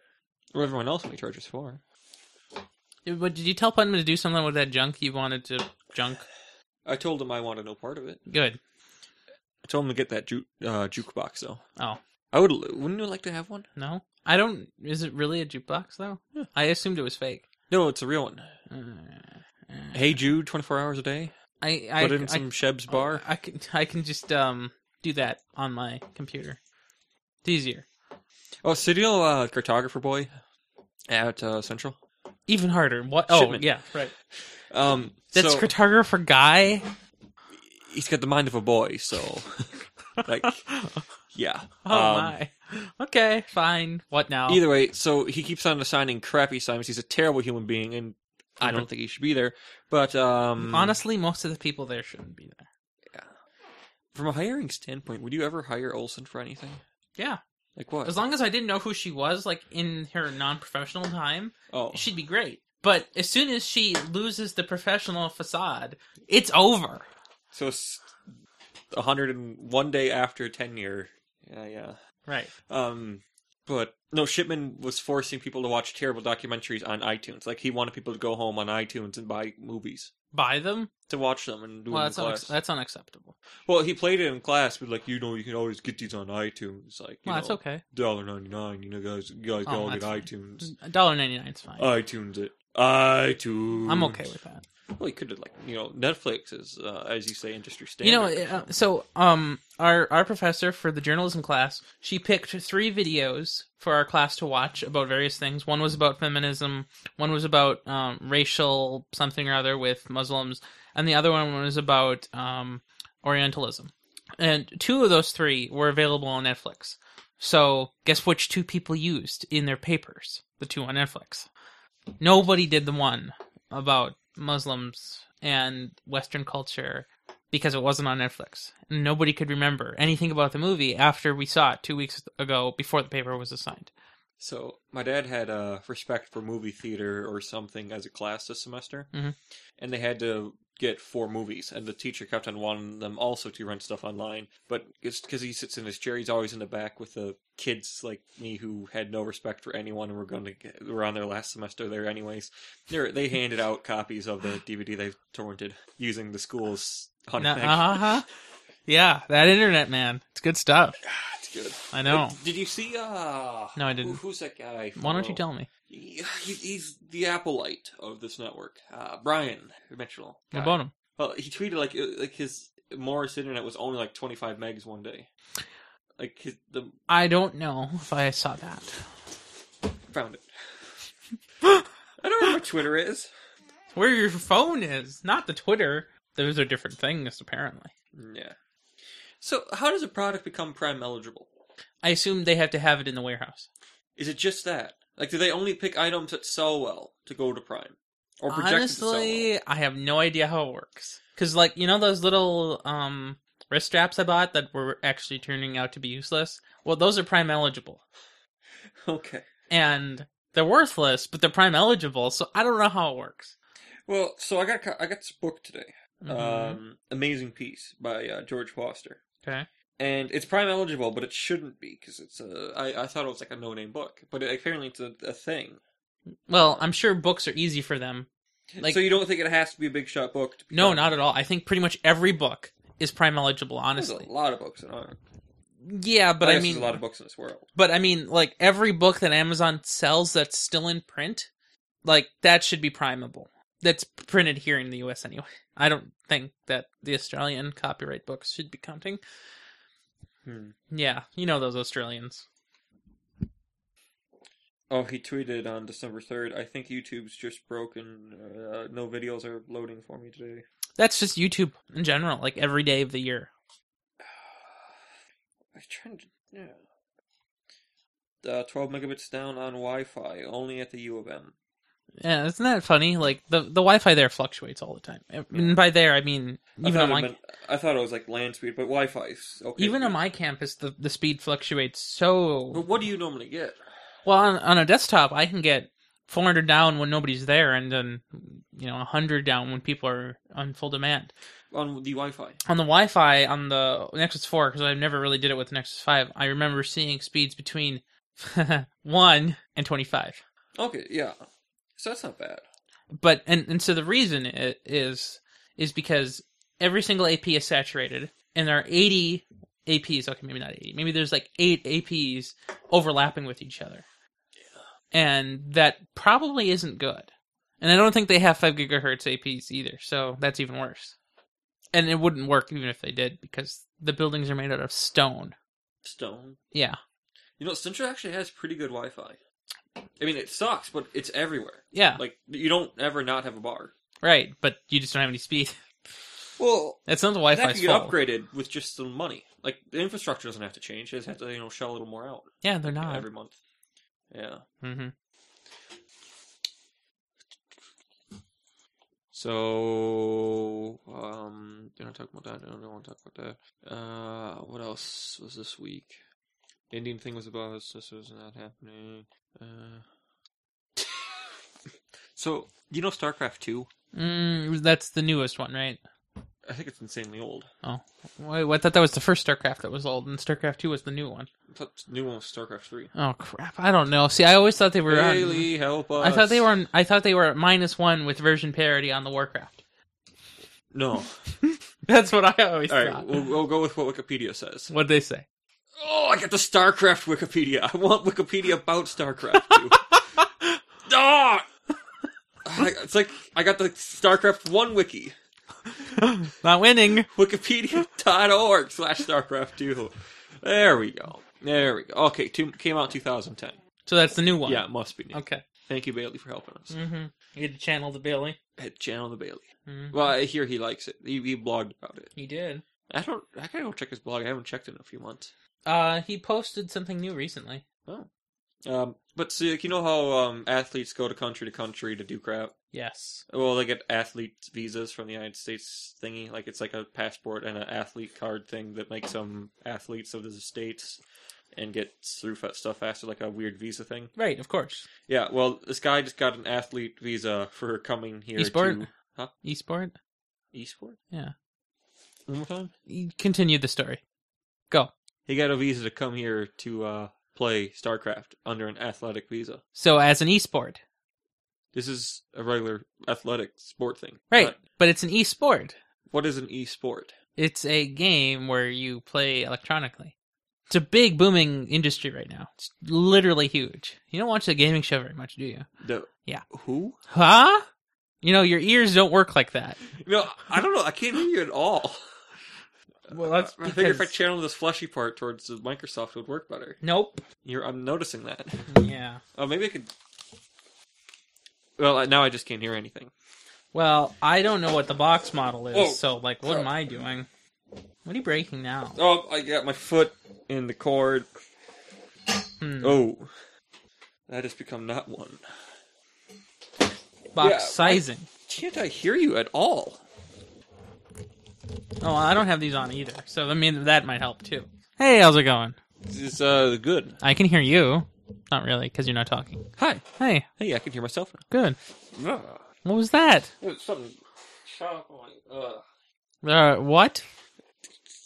Speaker 3: or everyone else only charges four.
Speaker 2: Eh, But did you tell Putnam to do something with that junk you wanted to junk?
Speaker 3: I told him I wanted no part of it.
Speaker 2: Good.
Speaker 3: I told him to get that ju- uh, jukebox though.
Speaker 2: Oh,
Speaker 3: I would. Wouldn't you like to have one?
Speaker 2: no. I don't is it really a jukebox though? I assumed it was fake.
Speaker 3: No, it's a real one. Hey Jude, twenty four hours a day.
Speaker 2: I I,
Speaker 3: Put in
Speaker 2: I- oh,
Speaker 3: some Sheb's bar.
Speaker 2: I can I can just um do that on my computer. It's easier,
Speaker 3: Oh, Citiel, uh, cartographer boy at uh, Central.
Speaker 2: even harder. What? Oh
Speaker 3: Shipment.
Speaker 2: yeah, right.
Speaker 3: Um,
Speaker 2: That's
Speaker 3: so
Speaker 2: cartographer guy.
Speaker 3: he's got the mind of a boy. So, [LAUGHS] like, yeah.
Speaker 2: [LAUGHS] Oh
Speaker 3: Um,
Speaker 2: my. Okay, fine. What now?
Speaker 3: Either way, so he keeps on assigning crappy assignments. He's a terrible human being, and I
Speaker 2: Mm-hmm.
Speaker 3: don't think he should be there. But um,
Speaker 2: Honestly, most of the people there shouldn't be there.
Speaker 3: from a hiring standpoint, would you ever hire Olson for anything?
Speaker 2: Yeah,
Speaker 3: Like what?
Speaker 2: as long as I didn't know who she was, like in her non-professional time,
Speaker 3: oh,
Speaker 2: she'd be great. But as soon as she loses the professional facade, it's over.
Speaker 3: so it's a hundred and one day after tenure. Yeah, yeah.
Speaker 2: Right.
Speaker 3: Um, but no, Shipman was forcing people to watch terrible documentaries on iTunes. Like he wanted people to go home on iTunes and buy movies
Speaker 2: Buy them.
Speaker 3: to watch them and do
Speaker 2: Well,
Speaker 3: it
Speaker 2: that's
Speaker 3: in
Speaker 2: unac-
Speaker 3: class.
Speaker 2: that's unacceptable.
Speaker 3: Well, he played it in class, but like you know, you can always get these on iTunes. Like, you
Speaker 2: Well, that's
Speaker 3: know,
Speaker 2: okay.
Speaker 3: dollar ninety nine. You know, guys, you guys
Speaker 2: Oh,
Speaker 3: all get
Speaker 2: that's
Speaker 3: iTunes.
Speaker 2: Dollar ninety nine is fine.
Speaker 3: iTunes it. iTunes.
Speaker 2: I'm okay with that.
Speaker 3: Well, you could have like you know, Netflix is uh, as you say industry standard.
Speaker 2: You know, uh, so um, our our professor for the journalism class, she picked three videos for our class to watch about various things. One was about feminism, one was about um, racial something or other with Muslims, and the other one was about um, Orientalism. And two of those three were available on Netflix. So guess which two people used in their papers? The two on Netflix. Nobody did the one about Muslims and Western culture because it wasn't on Netflix. Nobody could remember anything about the movie after we saw it two weeks ago before the paper was assigned.
Speaker 3: So my dad had uh, respect for movie theater or something as a class this semester,
Speaker 2: Mhm.
Speaker 3: and they had to get four movies, and the teacher kept on wanting them also to rent stuff online. But it's because he sits in his chair, he's always in the back with the kids like me who had no respect for anyone, and were going to get, were on their last semester there anyways. They they handed out copies of the DVD they torrented using the school's.
Speaker 2: Now-
Speaker 3: Hunting.
Speaker 2: uh-huh. Yeah, that internet man. It's good stuff.
Speaker 3: That's good.
Speaker 2: I know.
Speaker 3: Did you see? Uh,
Speaker 2: No, I didn't.
Speaker 3: who- who's that guy?
Speaker 2: Why don't
Speaker 3: Oh.
Speaker 2: you tell me?
Speaker 3: He- he's the Appleite of this network. Uh, Brian Mitchell.
Speaker 2: What
Speaker 3: guy.
Speaker 2: about him?
Speaker 3: Well, he tweeted like it- like his Morris internet was only like 25 megs one day. Like his, the
Speaker 2: I don't know if I saw that.
Speaker 3: found it. I don't know where Twitter is.
Speaker 2: Where your phone is, not the Twitter. Those are different things, apparently.
Speaker 3: Yeah. So, how does a product become Prime eligible?
Speaker 2: I assume they have to have it in the warehouse.
Speaker 3: Is it just that? Like, do they only pick items that sell well to go to Prime, or projected to sell
Speaker 2: Honestly, I have no idea how it works. Cause like you know those little um wrist straps I bought that were actually turning out to be useless. Well, those are prime eligible,
Speaker 3: well? Okay.
Speaker 2: and they're worthless, but they're prime eligible. So I don't know how it works.
Speaker 3: Well, so I got I got this book today.
Speaker 2: Mhm.
Speaker 3: Um, amazing piece by uh, George Foster.
Speaker 2: okay.
Speaker 3: and it's prime eligible, but it shouldn't be because it's a. I, I thought it was like a no-name book, but it, apparently it's a, a thing.
Speaker 2: Well, I'm sure books are easy for them. Like-
Speaker 3: so you don't think it has to be a big shot book? To
Speaker 2: No,
Speaker 3: become-
Speaker 2: not at all. I think pretty much every book is prime eligible.
Speaker 3: There's
Speaker 2: Honestly,
Speaker 3: a lot of books in our.
Speaker 2: yeah, but I,
Speaker 3: guess
Speaker 2: mean,
Speaker 3: there's a lot of books in this world.
Speaker 2: But I mean, like every book that Amazon sells that's still in print, like that should be primable. That's printed here in the U.S. anyway. I don't think that the Australian copyright books should be counting.
Speaker 3: Hmm.
Speaker 2: Yeah, you know those Australians.
Speaker 3: Oh, he tweeted on December third. I think YouTube's just broken. Uh, no videos are loading for me today.
Speaker 2: That's just YouTube in general, like every day of the year.
Speaker 3: I'm trying to. Yeah. Uh, 12 megabits down on Wi-Fi, only at the U of M.
Speaker 2: Yeah, isn't that funny? Like the the Wi-Fi there fluctuates all the time. And by there, I mean
Speaker 3: I
Speaker 2: even
Speaker 3: thought
Speaker 2: on
Speaker 3: it
Speaker 2: my
Speaker 3: meant- I thought it was like land speed, but Wi-Fi's okay.
Speaker 2: even on my campus, the the speed fluctuates so
Speaker 3: But what do you normally get?
Speaker 2: Well, on, on a desktop, I can get 400 down when nobody's there, and then you know 100 down when people are on full demand.
Speaker 3: on the Wi-Fi.
Speaker 2: On the Wi-Fi on the Nexus 4, because I never really did it with the Nexus 5, I remember seeing speeds between [LAUGHS] one and 25.
Speaker 3: Okay, yeah. So that's not bad.
Speaker 2: But and and so the reason i- is is because every single AP is saturated, and there are 80 APs. Okay, maybe not 80. Maybe there's like eight APs overlapping with each other. and that probably isn't good. And I don't think they have five gigahertz APs either, so that's even worse. And it wouldn't work even if they did because the buildings are made out of stone.
Speaker 3: Stone.
Speaker 2: Yeah,
Speaker 3: You know, Central actually has pretty good Wi-Fi. I mean, it sucks, but it's everywhere.
Speaker 2: yeah,
Speaker 3: Like you don't ever not have a bar.
Speaker 2: right. But you just don't have any speed. [LAUGHS]
Speaker 3: Well,
Speaker 2: That's not the
Speaker 3: that
Speaker 2: Wi-Fi's
Speaker 3: could get
Speaker 2: fault.
Speaker 3: upgraded with just some money. Like the infrastructure doesn't have to change; they just have to you know shell a little more out
Speaker 2: Yeah, they're not.
Speaker 3: every month. Yeah.
Speaker 2: hmm
Speaker 3: So, um, do not talk about that. I don't want to talk about that. Uh, what else was this week? The Indian thing was about us. This was not happening. Uh, [LAUGHS] so you know StarCraft two?
Speaker 2: Mm, that's the newest one, right?
Speaker 3: I think it's insanely old.
Speaker 2: Oh. Wait, I thought that was the first StarCraft that was old, and StarCraft Two was the new one.
Speaker 3: I thought the new one was StarCraft three.
Speaker 2: Oh crap! I don't know. See, I always thought they were. on-
Speaker 3: Really help us!
Speaker 2: I thought they were. On, I thought they were at minus one with version parity on the Warcraft. [LAUGHS]
Speaker 3: [LAUGHS] no.
Speaker 2: That's what I always
Speaker 3: All right,
Speaker 2: thought.
Speaker 3: we'll, we'll go with what Wikipedia says.
Speaker 2: What'd they say?
Speaker 3: Oh, I got the StarCraft Wikipedia. I want Wikipedia about StarCraft two. Ah! I- it's like I got the StarCraft 1 wiki.
Speaker 2: Not winning.
Speaker 3: Wikipedia.org slash StarCraft 2. There we go. There we go. Okay, two, came out 2010.
Speaker 2: So that's the new one.
Speaker 3: Yeah, it must be. new.
Speaker 2: Okay.
Speaker 3: Thank you, Bailey, for helping us.
Speaker 2: Mm-hmm. You had to channel the Bailey.
Speaker 3: At Channel the Bailey.
Speaker 2: Mhm.
Speaker 3: Well, I hear he likes it. He, he blogged about it.
Speaker 2: He did.
Speaker 3: I don't. I gotta go check his blog. I haven't checked in a few months.
Speaker 2: Uh, he posted something new recently.
Speaker 3: Um, but see, like, you know how um, athletes go to country to country to do crap.
Speaker 2: Yes.
Speaker 3: Well, they get athlete visas from the United States thingy. Like it's like a passport and an athlete card thing that makes them athletes of the states and get through fa- stuff faster, like a weird visa thing.
Speaker 2: Right. Of course.
Speaker 3: Yeah, well, this guy just got an athlete visa for coming here
Speaker 2: Esport?
Speaker 3: to huh?
Speaker 2: Esport.
Speaker 3: Esport.
Speaker 2: Yeah.
Speaker 3: One more time.
Speaker 2: You Continue the story. Go.
Speaker 3: He got a visa to come here to uh, play StarCraft under an athletic visa.
Speaker 2: So as an esport,
Speaker 3: This is a regular athletic sport thing.
Speaker 2: right?
Speaker 3: But
Speaker 2: But it's an esport.
Speaker 3: what is an esport?
Speaker 2: It's a game where you play electronically. It's a big booming industry right now. It's literally huge. You don't watch the gaming show very much, do you?
Speaker 3: The
Speaker 2: Yeah.
Speaker 3: Who?
Speaker 2: Huh? You know, your ears don't work like that.
Speaker 3: No, I don't know. I can't hear you at all. [LAUGHS]
Speaker 2: Well, that's
Speaker 3: I figure if I channel this fleshy part towards the Microsoft, it would work better.
Speaker 2: Nope.
Speaker 3: You're, I'm noticing that. [LAUGHS]
Speaker 2: Yeah.
Speaker 3: Oh, maybe I could. Well, I- now I just can't hear anything.
Speaker 2: Well, I don't know what the box model is,
Speaker 3: Oh.
Speaker 2: so like, what am I doing? What are you breaking now?
Speaker 3: Oh, I got my foot in the cord. Oh, that has become not one.
Speaker 2: Box
Speaker 3: yeah, I-
Speaker 2: sizing.
Speaker 3: Can't I hear you at all?
Speaker 2: Oh, I don't have these on either, so I mean that might help too. Hey, how's it going?
Speaker 3: This is uh good.
Speaker 2: I can hear you. Not really, because you're not talking.
Speaker 3: Hi.
Speaker 2: Hey,
Speaker 3: Hey, I can hear myself
Speaker 2: good.
Speaker 3: now.
Speaker 2: What was that?
Speaker 3: Something. Uh,
Speaker 2: Uh, what?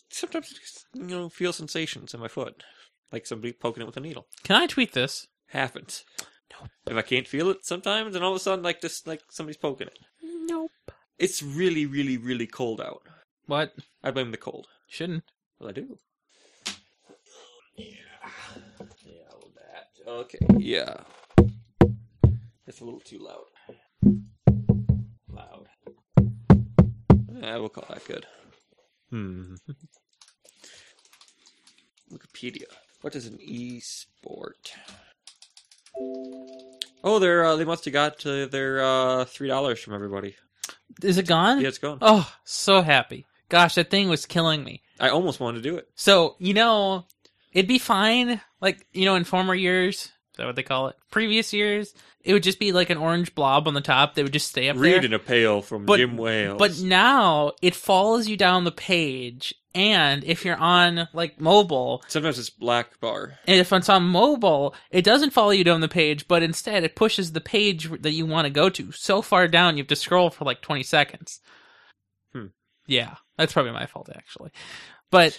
Speaker 3: sometimes I just, you know feel sensations in my foot, like somebody poking it with a needle.
Speaker 2: Can I tweet this?
Speaker 3: Happens. If I can't feel it sometimes, then all of a sudden, like this, like somebody's poking it.
Speaker 2: Nope.
Speaker 3: It's really, really, really cold out.
Speaker 2: What?
Speaker 3: I blame the cold.
Speaker 2: Shouldn't.
Speaker 3: Well, I do. Yeah. Yeah, well, that. Okay. Yeah. It's a little too loud. Loud. Yeah, we'll call that good.
Speaker 2: [LAUGHS]
Speaker 3: Hmm. Wikipedia. What is an e-sport? Oh, they're uh, they must have got uh, their uh, three dollars from everybody.
Speaker 2: Is it gone?
Speaker 3: Yeah, it's gone.
Speaker 2: Oh, so happy. Gosh, that thing was killing me.
Speaker 3: I almost wanted to do it.
Speaker 2: So, you know, it'd be fine. Like, you know, in former years, is that what they call it? Previous years, it would just be like an orange blob on the top that would just stay up there.
Speaker 3: Read in a pail from
Speaker 2: But-
Speaker 3: Jim Wales.
Speaker 2: But now it follows you down the page. And if you're on like mobile,
Speaker 3: sometimes it's black bar.
Speaker 2: and if it's on mobile, it doesn't follow you down the page, but instead it pushes the page that you want to go to so far down you have to scroll for like 20 seconds.
Speaker 3: Hmm.
Speaker 2: Yeah, that's probably my fault actually. But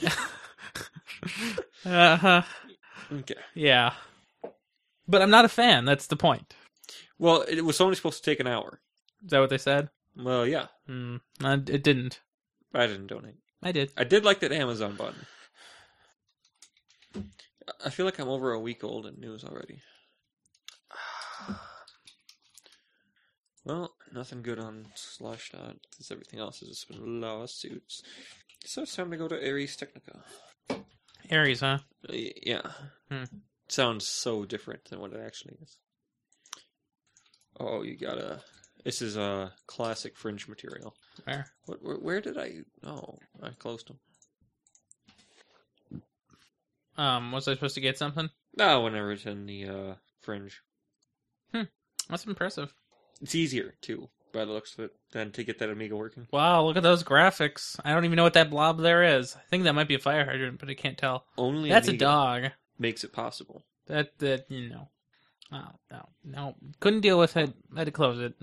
Speaker 2: uh-huh.
Speaker 3: Okay.
Speaker 2: Yeah. But I'm not a fan. That's the point.
Speaker 3: Well, it was only supposed to take an hour.
Speaker 2: Is that what they said?
Speaker 3: Well, yeah,
Speaker 2: Hmm. Uh, it didn't.
Speaker 3: I didn't donate.
Speaker 2: I did.
Speaker 3: I did like that Amazon button. I feel like I'm over a week old in news already. [SIGHS] Well, nothing good on Slashdot since everything else has just been lawsuits. So it's time to go to Ares Technica.
Speaker 2: Aries, huh?
Speaker 3: Uh, y- Yeah.
Speaker 2: Hmm.
Speaker 3: Sounds so different than what it actually is. Oh, you gotta. This is a uh, classic fringe material.
Speaker 2: Where?
Speaker 3: What, where, where did I? Oh, I closed them.
Speaker 2: Um, was I supposed to get something?
Speaker 3: No, Ah, whenever it's in the uh, fringe,
Speaker 2: That's impressive.
Speaker 3: it's easier too, by the looks of it, than to get that Amiga working.
Speaker 2: Wow, look at those graphics. I don't even know what that blob there is. I think that might be a fire hydrant, but I can't tell.
Speaker 3: Only
Speaker 2: That's a
Speaker 3: Amiga
Speaker 2: dog.
Speaker 3: makes it possible.
Speaker 2: That that you know. Oh, no, no. Couldn't deal with it. Had to close it.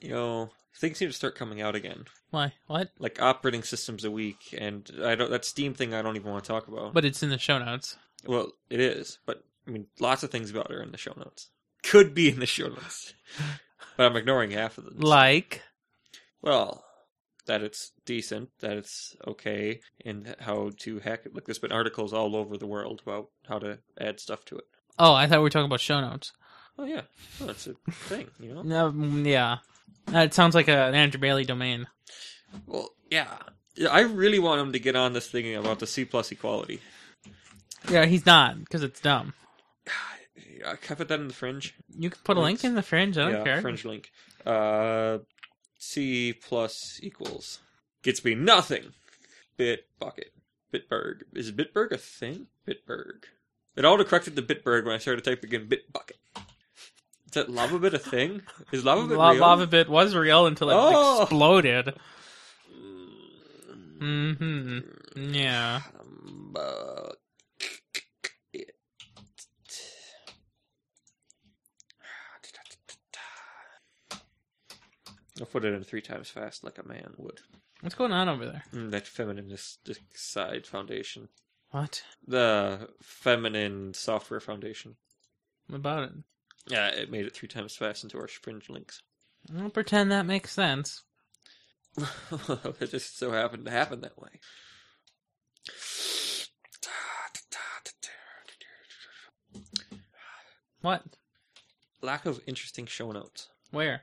Speaker 3: You know, things seem to start coming out again,
Speaker 2: Why? What?
Speaker 3: like operating systems a week, and I don't that Steam thing. I don't even want to talk about.
Speaker 2: But it's in the show notes.
Speaker 3: well, it is, but I mean, lots of things about it are in the show notes. Could be in the show notes, but I'm ignoring half of them.
Speaker 2: Like
Speaker 3: Well, that it's decent, that it's okay, and how to hack it. Look, there's been articles all over the world about how to add stuff to it.
Speaker 2: Oh, I thought we were talking about show notes.
Speaker 3: Oh yeah, well, that's a thing, you know.
Speaker 2: No, mm, yeah. That sounds like a, an Andrew Bailey domain.
Speaker 3: Well, yeah. Yeah, I really want him to get on this thing about the C plus equality. [SIGHS]
Speaker 2: Yeah, he's not because it's dumb.
Speaker 3: Yeah, Can I put that in the fringe?
Speaker 2: You can put a link
Speaker 3: Links.
Speaker 2: in the fringe. I don't
Speaker 3: yeah,
Speaker 2: care.
Speaker 3: fringe link. Uh, C plus equals gets me nothing. Bit bucket. Bitburg is Bitburg a thing? Bitburg. It auto corrected to Bitburg when I started typing in Bitbucket. Is that lava bit a thing? Is lava bit
Speaker 2: La-
Speaker 3: real?
Speaker 2: Lava bit was real until it
Speaker 3: Oh.
Speaker 2: exploded. Hmm. Yeah.
Speaker 3: Um, uh, it. I'll put it in three times fast, like a man would.
Speaker 2: What's going on over there?
Speaker 3: Mm, that feministic side foundation,
Speaker 2: What
Speaker 3: the feminine software foundation.
Speaker 2: about it?
Speaker 3: Yeah, it made it three times fast into our fringe links. [LAUGHS]
Speaker 2: Don't pretend that makes sense.
Speaker 3: it just so happened to happen that way.
Speaker 2: What?
Speaker 3: Lack of interesting show notes.
Speaker 2: Where?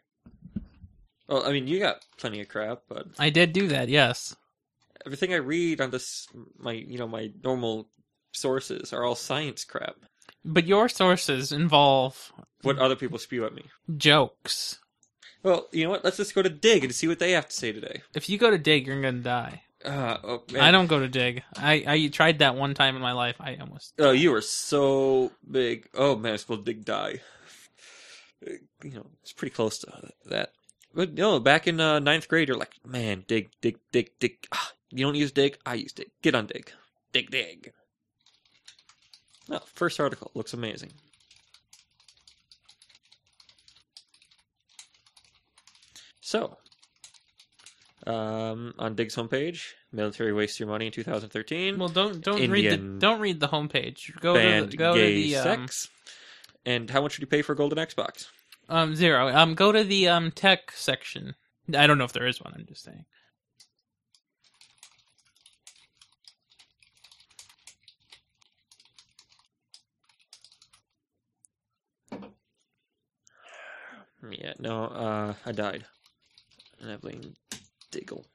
Speaker 3: Well, I mean, you got plenty of crap, but
Speaker 2: I did do that. Yes.
Speaker 3: everything I read on this, my you know, my normal sources are all science crap.
Speaker 2: But your sources involve
Speaker 3: What other people spew at me.
Speaker 2: jokes.
Speaker 3: Well, you know what? Let's just go to Dig and see what they have to say today.
Speaker 2: If you go to dig, you're gonna die.
Speaker 3: Uh, oh, man.
Speaker 2: I don't go to dig. I I tried that one time in my life. I almost.
Speaker 3: Oh, you are so big. Oh man, I spelled dig die. Uh, [LAUGHS] You know, it's pretty close to that. But no, back in uh, ninth grade, you're like, man, dig, dig, dig, dig. Ah, you don't use dig, I use dig. Get on dig, dig, dig. Well, first article looks amazing. So, um, on Dig's homepage, military wastes your money in 2013
Speaker 2: Well, don't don't read the
Speaker 3: Indian
Speaker 2: don't read the homepage. Go to
Speaker 3: banned
Speaker 2: the, go
Speaker 3: gay
Speaker 2: to the um,
Speaker 3: sex. And how much would you pay for a golden Xbox?
Speaker 2: um zero. Um, go to the um tech section. I don't know if there is one. I'm just saying.
Speaker 3: Yeah, no, uh, I died. And I blame Diggle.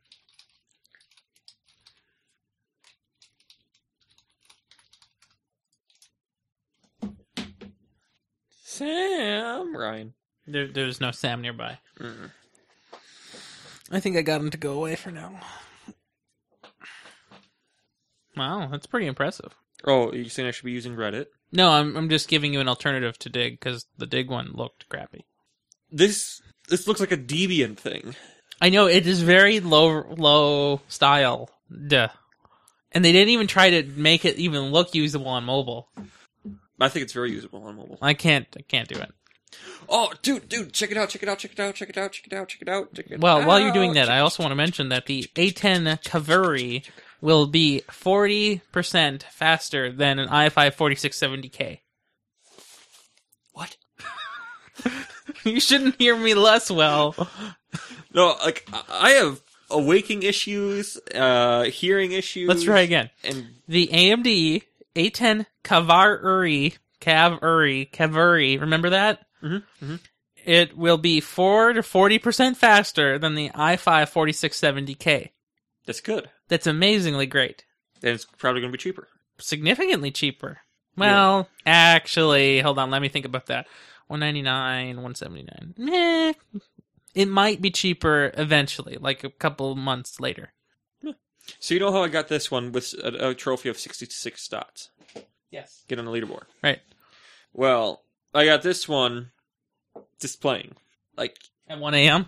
Speaker 3: Sam Ryan.
Speaker 2: There there's no Sam nearby.
Speaker 3: Mm.
Speaker 2: I think I got him to go away for now. Wow, that's pretty impressive.
Speaker 3: Oh, you're saying I should be using Reddit?
Speaker 2: No, I'm I'm just giving you an alternative to dig because the dig one looked crappy.
Speaker 3: This this looks like a deviant thing.
Speaker 2: I know it is very low low style. Duh. And they didn't even try to make it even look usable on mobile.
Speaker 3: I think it's very usable on mobile.
Speaker 2: I can't I can't do it.
Speaker 3: Oh, dude, dude, check it out, check it out, check it out, check it out, check it out, check it out. Check it
Speaker 2: Well, while you're
Speaker 3: out.
Speaker 2: doing that, I also want to mention that the A10 Kaveri will be 40% faster than an i5 4670K.
Speaker 3: What?
Speaker 2: [LAUGHS] You shouldn't hear me less well.
Speaker 3: No, like I- I have awaking issues, uh hearing issues.
Speaker 2: Let's try again.
Speaker 3: And
Speaker 2: The AMD A10 Kaveri, Kaveri, Kaveri, remember that?
Speaker 3: Mhm,
Speaker 2: mm-hmm.
Speaker 3: mhm.
Speaker 2: It will be 4 to 40% faster than the i5 4670K.
Speaker 3: that's good.
Speaker 2: That's amazingly great.
Speaker 3: And it's probably going to be cheaper.
Speaker 2: Significantly cheaper. Well, actually, hold on, let me think about that. 199, 179. Meh. It might be cheaper eventually, like a couple months later.
Speaker 3: So you know how I got this one with a, a trophy of sixty-six dots.
Speaker 2: Yes.
Speaker 3: Get on the leaderboard.
Speaker 2: Right.
Speaker 3: Well, I got this one displaying. Like
Speaker 2: At 1 a.m.?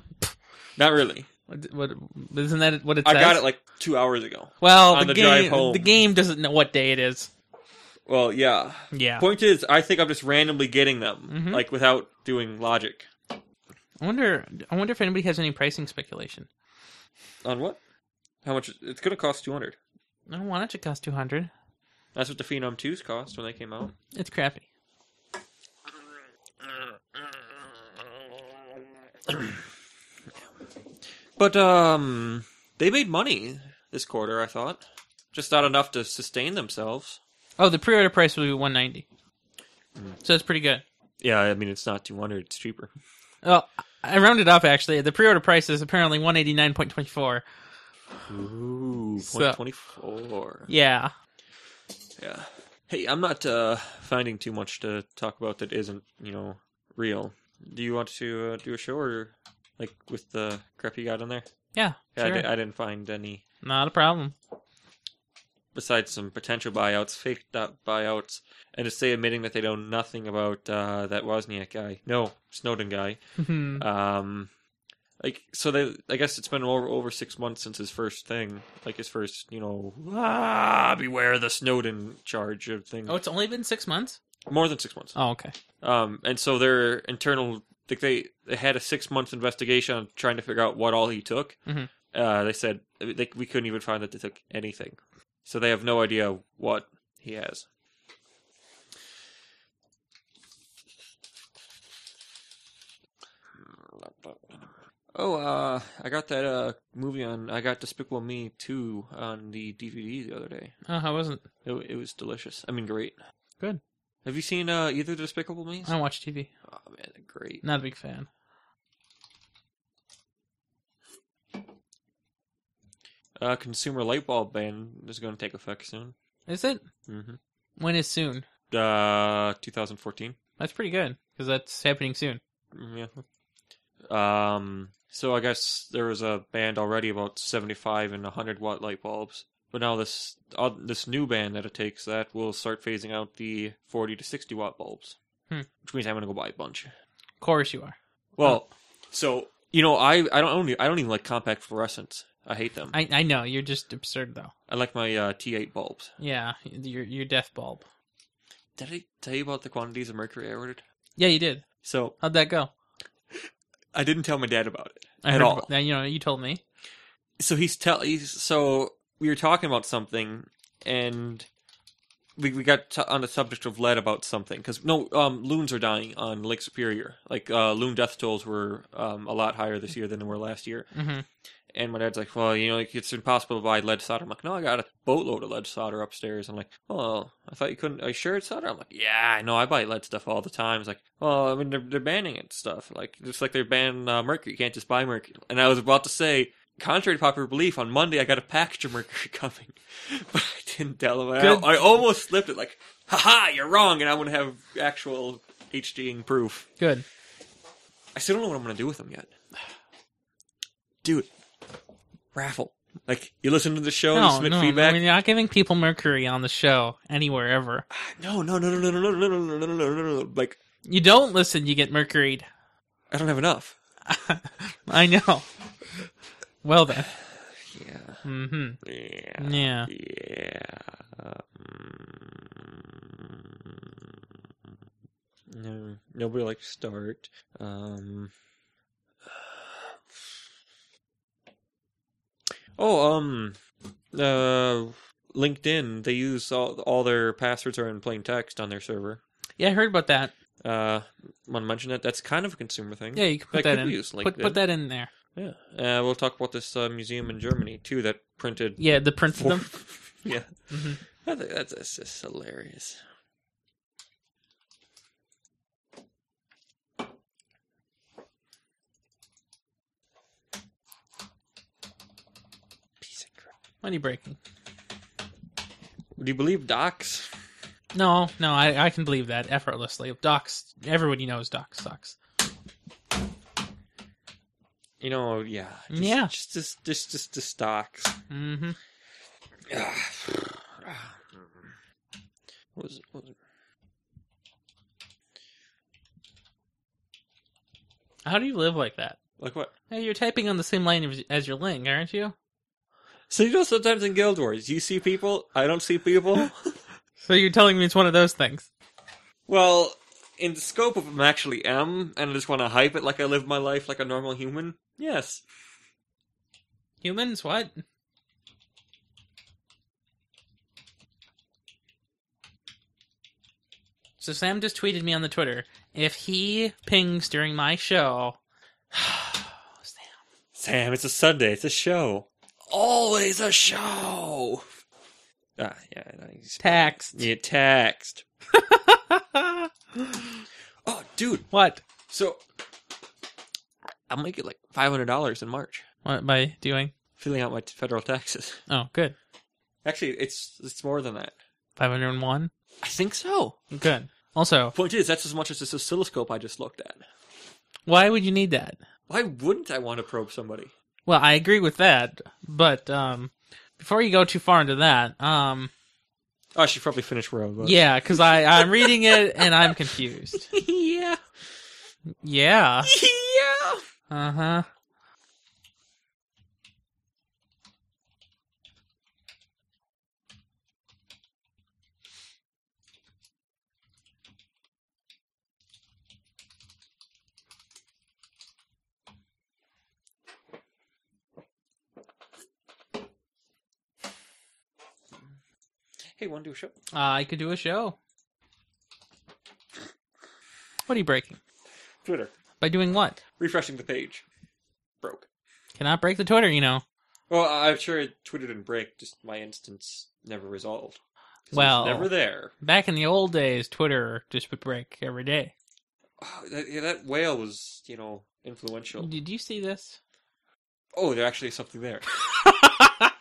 Speaker 3: not really.
Speaker 2: What, what, isn't that what it
Speaker 3: I
Speaker 2: says?
Speaker 3: got it like 2 hours ago.
Speaker 2: Well,
Speaker 3: on
Speaker 2: the,
Speaker 3: the drive
Speaker 2: game
Speaker 3: home.
Speaker 2: the game doesn't know what day it is.
Speaker 3: Well, yeah.
Speaker 2: Yeah.
Speaker 3: Point is, I think I'm just randomly getting them
Speaker 2: Mhm.
Speaker 3: like without doing logic.
Speaker 2: I wonder. I wonder if anybody has any pricing speculation.
Speaker 3: On what? How much it's going to cost 200.
Speaker 2: I don't want it to cost two hundred.
Speaker 3: That's what the Phenom 2s cost when they came out.
Speaker 2: It's crappy.
Speaker 3: But um, they made money this quarter. I thought just not enough to sustain themselves.
Speaker 2: Oh, the pre-order price will be one ninety. So it's pretty good.
Speaker 3: Yeah, I mean it's not two hundred; it's cheaper.
Speaker 2: Well, I rounded up actually. The pre-order price is apparently one eighty nine point twenty four.
Speaker 3: Ooh,
Speaker 2: So-
Speaker 3: point twenty four.
Speaker 2: Yeah.
Speaker 3: Yeah. Hey, I'm not uh, finding too much to talk about that isn't you know real. Do you want to uh, do a show or like with the crap you got on there?
Speaker 2: Yeah.
Speaker 3: Yeah, I,
Speaker 2: sure.
Speaker 3: di- I didn't find any
Speaker 2: Not a problem. [LAUGHS]
Speaker 3: besides some potential buyouts, fake dot buyouts, and to say admitting that they know nothing about uh, that Wozniak guy, no Snowden guy.
Speaker 2: Mhm.
Speaker 3: Um, like so they, I guess it's been over over six months since his first thing, like his first, you know, ah, beware the Snowden charge of thing.
Speaker 2: oh, it's only been six months.
Speaker 3: More than six months.
Speaker 2: Oh, okay.
Speaker 3: Um, and so their internal, like they, they had a six month investigation on trying to figure out what all he took.
Speaker 2: Mhm.
Speaker 3: Uh, they said they, we couldn't even find that they took anything, so they have no idea what he has. Oh, uh, I got that uh movie on. I got Despicable Me two on the DVD the other day.
Speaker 2: Oh, I wasn't.
Speaker 3: It, it was delicious. I mean, great.
Speaker 2: Good.
Speaker 3: Have you seen uh either of the Despicable Me?
Speaker 2: I don't watch TV.
Speaker 3: Oh man, they're great.
Speaker 2: Not a big fan.
Speaker 3: Uh, consumer light bulb ban is going to take effect soon.
Speaker 2: Is it?
Speaker 3: Mm-hmm.
Speaker 2: When is soon?
Speaker 3: Uh, 2014.
Speaker 2: That's pretty good because that's happening soon.
Speaker 3: Yeah. Mm, Um. So I guess there was a band already about 75 and 100 watt light bulbs, but now this uh, this new band that it takes that will start phasing out the 40 to 60 watt bulbs,
Speaker 2: Hmm.
Speaker 3: which means I'm going to go buy a bunch.
Speaker 2: Of course you are.
Speaker 3: Well, so you know, I I don't own, I don't even like compact fluorescents. I hate them. I,
Speaker 2: I I know you're just absurd though.
Speaker 3: like my uh, T8 bulbs.
Speaker 2: Yeah, your your death bulb.
Speaker 3: Did I tell you about the quantities of mercury I ordered?
Speaker 2: Yeah, you did.
Speaker 3: So
Speaker 2: How'd that go?
Speaker 3: I didn't tell my dad about it.
Speaker 2: I
Speaker 3: At
Speaker 2: heard
Speaker 3: all.
Speaker 2: about- now, you know, you told me.
Speaker 3: so he's tell he's so we were talking about something and we we got t- on the subject of lead about something because no um loons are dying on Lake Superior like uh loon death tolls were um a lot higher this year than they were last year
Speaker 2: hmm
Speaker 3: and my dad's like well you know like, it's impossible to buy lead solder I'm like no I got a boatload of lead solder upstairs I'm like well I thought you couldn't are you sure it's solder I'm like yeah I know I buy lead stuff all the time it's like well I mean they're, they're banning it stuff like just like they're banning uh, mercury you can't just buy mercury and I was about to say contrary to popular belief, on Monday I got a package of mercury [LAUGHS] coming, but I didn't tell him.
Speaker 2: Good.
Speaker 3: I, I almost slipped it, like, haha, you're wrong, and I'm gonna have actual HDing proof.
Speaker 2: Good.
Speaker 3: I still don't know what I'm gonna do with them yet, dude. Raffle, like you listen to the show, you
Speaker 2: No,
Speaker 3: submit
Speaker 2: no,
Speaker 3: feedback.
Speaker 2: no, you're not giving people mercury on the show anywhere ever.
Speaker 3: No, no, no, no, no, no, no, no, no, no, no, no, no, no. Like
Speaker 2: You don't listen, you get mercuried. [LAUGHS]
Speaker 3: I don't have enough.
Speaker 2: I know. Well then.
Speaker 3: Yeah,
Speaker 2: hmm
Speaker 3: yeah,
Speaker 2: Yeah.
Speaker 3: yeah. Mm. Um, No, nobody likes start. Um. Oh, um, uh, LinkedIn. They use all all their passwords are in plain text on their server.
Speaker 2: Yeah, I heard about that.
Speaker 3: Uh, want to mention that? That's kind of a consumer thing.
Speaker 2: Yeah, you can put
Speaker 3: That
Speaker 2: that,
Speaker 3: could be
Speaker 2: in.
Speaker 3: used like
Speaker 2: put, put that in there.
Speaker 3: Yeah. Uh, we'll talk about this uh, museum in Germany too that printed.
Speaker 2: Yeah, the print of
Speaker 3: Four-
Speaker 2: them.
Speaker 3: [LAUGHS] yeah.
Speaker 2: Mhm.
Speaker 3: I think that's, that's just hilarious. Piece of crap.
Speaker 2: What are you breaking?
Speaker 3: Would you believe docs?
Speaker 2: No, no, I, I can believe that effortlessly. Docs, everybody knows Docs sucks.
Speaker 3: You know, yeah. Just,
Speaker 2: Yeah.
Speaker 3: Just, just, just, just, just [SIGHS] docs.
Speaker 2: Mm-hmm.
Speaker 3: Ah. what was it? What was it?
Speaker 2: How do you live like that?
Speaker 3: Like what?
Speaker 2: Hey, you're typing on the same line as- as your Ling, aren't you?
Speaker 3: So you know, sometimes in Guild Wars, you see people. I don't see people.
Speaker 2: So you're telling me it's one of those things.
Speaker 3: well, in the scope of I'm actually am, and I just want to hype it like I live my life like a normal human. Yes.
Speaker 2: Humans, what? So Sam just tweeted me on the Twitter. If he pings during my show, Sam.
Speaker 3: Sam, it's a Sunday. It's a show. Always a show. Ah, yeah. I know, you just-
Speaker 2: Text.
Speaker 3: You text. Oh, dude.
Speaker 2: [LAUGHS] what?
Speaker 3: So I'm gonna get like five hundred dollars in March
Speaker 2: What by doing?
Speaker 3: filling out my t- federal taxes.
Speaker 2: Oh, good.
Speaker 3: Actually, it's it's more than that.
Speaker 2: Five hundred and one.
Speaker 3: I think so.
Speaker 2: Good. Also,
Speaker 3: Point is, that's as much as this oscilloscope I just looked at.
Speaker 2: why would you need that?
Speaker 3: Why wouldn't I want to probe somebody?
Speaker 2: Well, I agree with that, but um, before you go too far into that, um,
Speaker 3: Oh, I should probably finish Rogue. but-
Speaker 2: yeah, because I I'm reading it and I'm confused.
Speaker 3: [LAUGHS]
Speaker 2: [LAUGHS]
Speaker 3: yeah,
Speaker 2: Yeah.
Speaker 3: yeah.
Speaker 2: Uh huh.
Speaker 3: Hey, want to do a show?
Speaker 2: Uh, I could do a show. What are you breaking?
Speaker 3: Twitter
Speaker 2: By doing what?
Speaker 3: refreshing the page. broke.
Speaker 2: Cannot break the Twitter, you know.
Speaker 3: Well, I- I'm sure Twitter didn't break. Just my instance never resolved. 'Cause it was
Speaker 2: Well-
Speaker 3: never there.
Speaker 2: Back in the old days, Twitter just would break every day.
Speaker 3: Oh, that, yeah, that whale was, you know, influential.
Speaker 2: Did you see
Speaker 3: [LAUGHS]
Speaker 2: this?
Speaker 3: Oh, there's actually
Speaker 2: [LAUGHS]
Speaker 3: something there.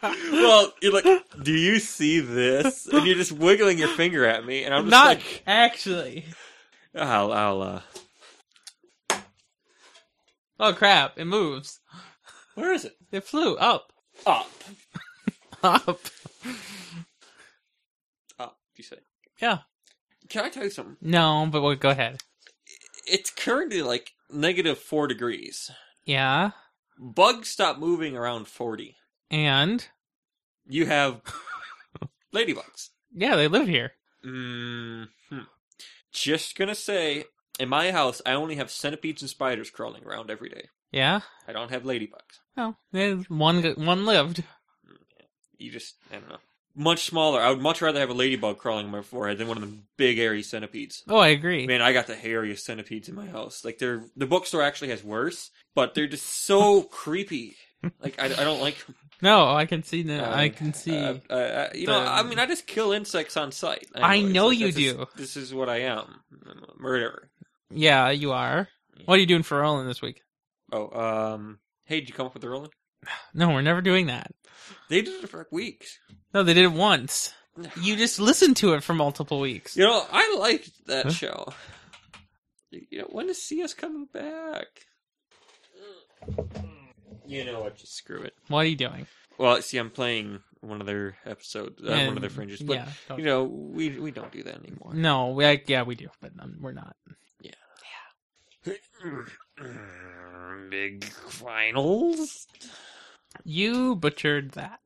Speaker 3: well, you're like, do you see this? And you're just wiggling your finger at me, and I'm just
Speaker 2: Not
Speaker 3: like,
Speaker 2: actually.
Speaker 3: I'll, I'll, uh,
Speaker 2: Oh crap! It moves.
Speaker 3: where is it?
Speaker 2: It flew up,
Speaker 3: Up,
Speaker 2: up.
Speaker 3: up. You say?
Speaker 2: Yeah.
Speaker 3: Can I tell you something?
Speaker 2: No, but well, go ahead.
Speaker 3: It's currently like negative four degrees.
Speaker 2: Yeah,
Speaker 3: Bugs stop moving around forty.
Speaker 2: and
Speaker 3: You have ladybugs.
Speaker 2: yeah, they live here.
Speaker 3: Mm, hmm. Just gonna say, in my house, I only have centipedes and spiders crawling around every day.
Speaker 2: Yeah.
Speaker 3: I don't have ladybugs.
Speaker 2: Oh, they- one go- one lived.
Speaker 3: You just, I don't know. Much smaller. I would much rather have a ladybug crawling on my forehead than one of them big, airy centipedes.
Speaker 2: Oh, I agree.
Speaker 3: Man, I got the hairiest centipedes in my house. Like, they're the bookstore actually has worse, but they're just so creepy. Like, I, I don't like. 'em.
Speaker 2: No, I can see. The,
Speaker 3: Um,
Speaker 2: I can see.
Speaker 3: uh, uh, uh, you know, I mean, I just kill insects on sight.
Speaker 2: I
Speaker 3: It's
Speaker 2: know
Speaker 3: like,
Speaker 2: you
Speaker 3: this is-
Speaker 2: do.
Speaker 3: this is what I am. I'm a murderer.
Speaker 2: yeah, you are. What are you doing for Roland this week?
Speaker 3: Oh, um, hey, did you come up with the rolling?
Speaker 2: No, we're never doing that.
Speaker 3: They did it for like weeks. [SIGHS]
Speaker 2: No, they did it once. You just listened to it for multiple weeks.
Speaker 3: You know, I liked that
Speaker 2: Huh?
Speaker 3: show. You know, when is CS coming back? You know what? Just screw it.
Speaker 2: What are you doing?
Speaker 3: Well, see, I'm playing one of their episodes, uh, one of their fringes, but
Speaker 2: yeah, don't-
Speaker 3: you know, we we don't do that anymore.
Speaker 2: no, we, I, yeah, we do, but um, we're not.
Speaker 3: [CLEARS THROAT] Big finals.
Speaker 2: You butchered that.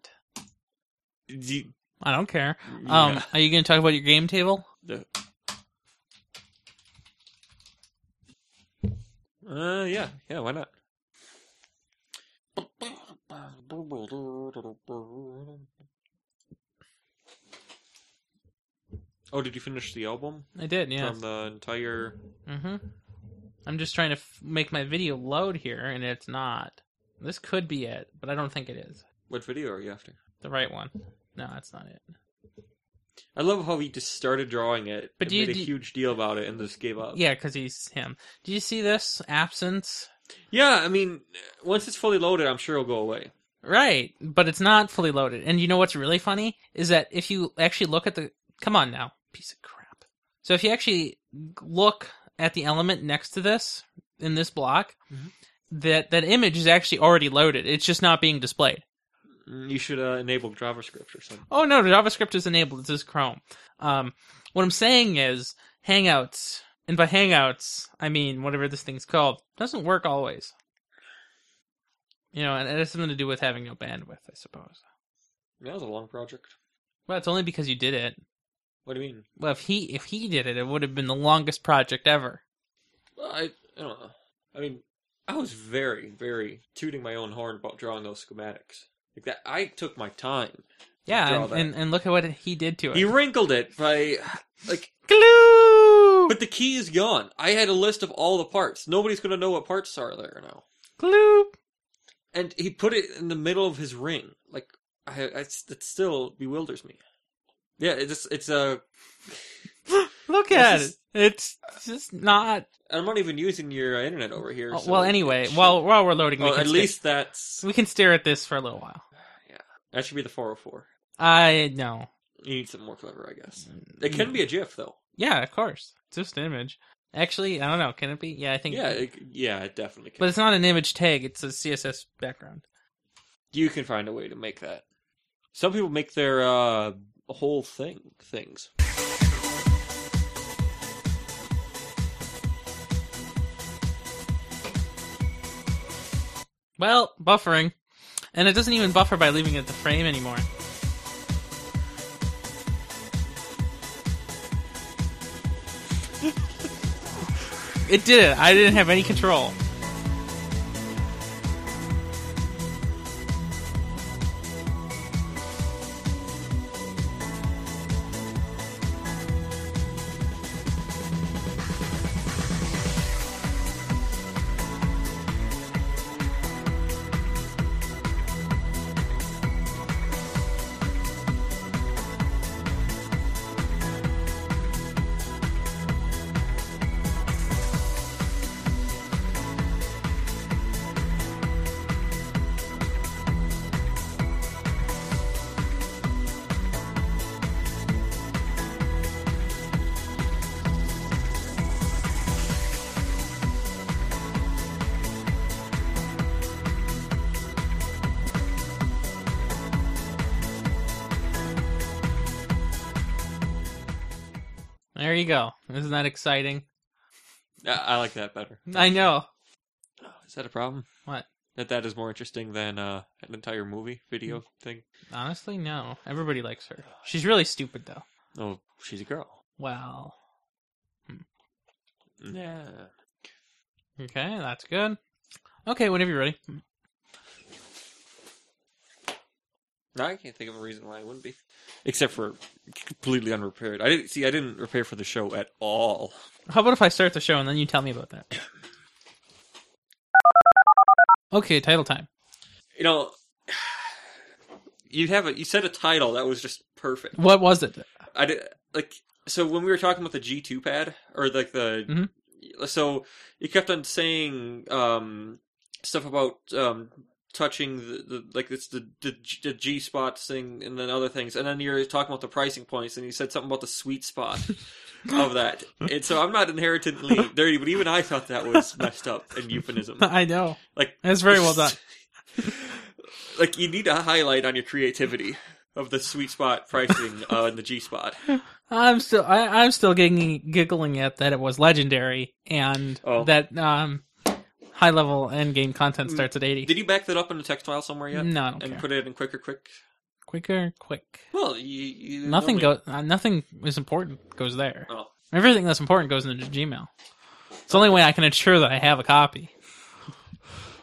Speaker 3: You-
Speaker 2: I don't care. Um,
Speaker 3: yeah.
Speaker 2: are you going to talk about your game table?
Speaker 3: The- Uh, yeah, yeah, why not? Oh, did you finish the album
Speaker 2: I did, yeah.
Speaker 3: from the entire?
Speaker 2: hmm I'm just trying to f- make my video load here, and it's not. This could be it, but I don't think it is
Speaker 3: What video are you after?
Speaker 2: the right one. No, that's not it.
Speaker 3: I love how he just started drawing it,
Speaker 2: But
Speaker 3: and
Speaker 2: do you-
Speaker 3: made
Speaker 2: do
Speaker 3: a
Speaker 2: you-
Speaker 3: huge deal about it, and just gave up.
Speaker 2: Yeah, because he's him. Do you see this absence?
Speaker 3: yeah. I mean, once it's fully loaded, I'm sure it'll go away.
Speaker 2: Right, but it's not fully loaded. And you know what's really funny is that if you actually look at the come on now, piece of crap. So if you actually look at the element next to this in this block,
Speaker 3: Mhm.
Speaker 2: that that image is actually already loaded. It's just not being displayed.
Speaker 3: You should uh, enable JavaScript or something.
Speaker 2: Oh no, JavaScript is enabled. This is Chrome. Um, what I'm saying is Hangouts, and by Hangouts I mean whatever this thing's called, doesn't work always. You know, and it has something to do with having no bandwidth, I suppose.
Speaker 3: That was a long project.
Speaker 2: Well, it's only because you did it.
Speaker 3: What do you mean?
Speaker 2: Well, if he if he did it, it would have been the longest project ever.
Speaker 3: Well, I I don't know. I mean, I was very very tooting my own horn about drawing those schematics like that. I took my time.
Speaker 2: Yeah,
Speaker 3: Draw
Speaker 2: and,
Speaker 3: that.
Speaker 2: and, and look at what he did to it.
Speaker 3: He wrinkled it by like,
Speaker 2: glue,
Speaker 3: but the key is gone. I had a list of all the parts. Nobody's gonna know what parts are there now.
Speaker 2: glue.
Speaker 3: And he put it in the middle of his ring. Like I, I it still bewilders me. Yeah, it's it's a. Uh,
Speaker 2: Look
Speaker 3: This
Speaker 2: at
Speaker 3: is-
Speaker 2: it. It's just not.
Speaker 3: I'm not even using your uh, internet over here.
Speaker 2: oh,
Speaker 3: so-
Speaker 2: well, anyway,
Speaker 3: Shit.
Speaker 2: while while we're loading, we
Speaker 3: Well,
Speaker 2: can
Speaker 3: at
Speaker 2: sta-
Speaker 3: least that's
Speaker 2: we can stare at this for a little while.
Speaker 3: that should be the 404.
Speaker 2: I know.
Speaker 3: You need something more clever, I guess.
Speaker 2: Mm-hmm.
Speaker 3: It can be a GIF though.
Speaker 2: Yeah, of course. It's just an image. Actually, I don't know. Can it be? Yeah, I think.
Speaker 3: Yeah, it, yeah, it definitely can.
Speaker 2: But it's not an image tag. It's a CSS background.
Speaker 3: you can find a way to make that. Some people make their uh, whole thing things.
Speaker 2: Well, buffering, and it doesn't even buffer by leaving it at the frame anymore. It did it. I didn't have any control. you go. Isn't that exciting?
Speaker 3: I, I like that better. Oh,
Speaker 2: I know.
Speaker 3: Is that a problem?
Speaker 2: What?
Speaker 3: That that is more interesting than uh, an entire movie video
Speaker 2: Mm-hmm.
Speaker 3: thing.
Speaker 2: Honestly, no. Everybody likes her. She's really stupid, though.
Speaker 3: Oh, she's a girl.
Speaker 2: Well, Hmm.
Speaker 3: Yeah.
Speaker 2: okay, that's good. Okay, whenever you're ready.
Speaker 3: No, I can't think of a reason why it wouldn't be, except for completely unrepaired. I didn't see. I didn't repair for the show at all.
Speaker 2: How about if I start the show and then you tell me about that? Okay, title time.
Speaker 3: You know, [SIGHS] you have a you said a title that was just perfect.
Speaker 2: What was it?
Speaker 3: I did like so when we were talking about the G two pad or like the
Speaker 2: Mm-hmm.
Speaker 3: so you kept on saying um stuff about um touching the, the like it's the the, G- the G spots thing and then other things and then you're talking about the pricing points and you said something about the sweet spot of that and so I'm not inherently dirty but even I thought that was messed up and euphemism
Speaker 2: [LAUGHS] I know.
Speaker 3: like
Speaker 2: That's [LAUGHS] very well done.
Speaker 3: [LAUGHS] like you need to highlight on your creativity of the sweet spot pricing uh, and the G spot.
Speaker 2: I'm still I, I'm still giggling, giggling at that it was legendary and
Speaker 3: Oh. Mm.
Speaker 2: that um high level end game content starts at 80.
Speaker 3: Did you back that up in a text file somewhere yet?
Speaker 2: No, I don't
Speaker 3: and
Speaker 2: care.
Speaker 3: put it in quicker, quick.
Speaker 2: Quicker, quick.
Speaker 3: Well, you, you
Speaker 2: Nothing
Speaker 3: normally-
Speaker 2: goes. Uh, nothing is important goes there.
Speaker 3: Oh,
Speaker 2: Everything that's important goes into Gmail. It's the only way I can ensure that I have a copy.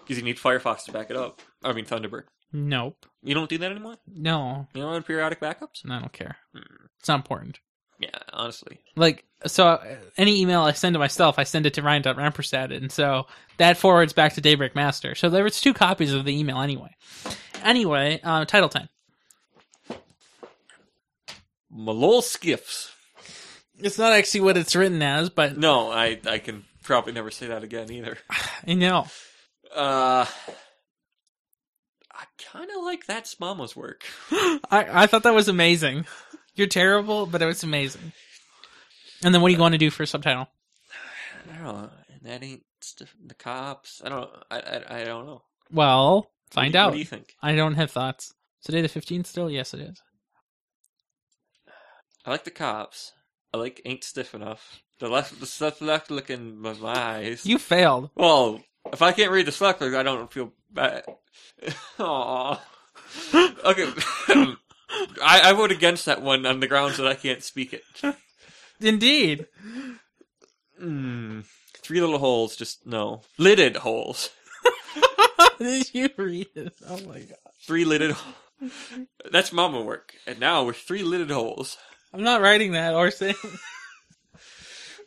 Speaker 3: because you need Firefox to back it up. I mean Thunderbird.
Speaker 2: Nope.
Speaker 3: You don't do that anymore.
Speaker 2: No,
Speaker 3: You don't have periodic backups.
Speaker 2: I don't care.
Speaker 3: Hmm.
Speaker 2: It's not important.
Speaker 3: Yeah, honestly.
Speaker 2: Like so, uh, any email I send to myself, I send it to Ryan.Rampersad, and so that forwards back to Daybreak Master. So there was two copies of the email anyway. Anyway, uh, title time.
Speaker 3: Malol skiffs.
Speaker 2: It's not actually what it's written as, but
Speaker 3: No, I I can probably never say that again either.
Speaker 2: I know. [GASPS]
Speaker 3: Uh, I kind of like that's Mama's work.
Speaker 2: I, I thought that was amazing. You're terrible, but it was amazing. And then what do you want to do for a subtitle?
Speaker 3: I don't know. That ain't stuff, the cops. I don't. I I, I don't know.
Speaker 2: Well, find
Speaker 3: What do you-
Speaker 2: out.
Speaker 3: What do you think?
Speaker 2: I don't have thoughts. Today the fifteenth still? Yes it is.
Speaker 3: I like the cops. I like ain't stiff enough. The left, the stuff left looking my eyes.
Speaker 2: You failed.
Speaker 3: well, if I can't read the stuff, I don't feel bad. [LAUGHS] Aww. Okay. [COUGHS] I, I vote against that one on the grounds that I can't speak it.
Speaker 2: Indeed.
Speaker 3: Mm. Three little holes, just no. Lidded holes.
Speaker 2: [LAUGHS] Did you read it? Oh my god.
Speaker 3: Three lidded ho- That's mama work. And now we're three lidded holes.
Speaker 2: I'm not writing that or saying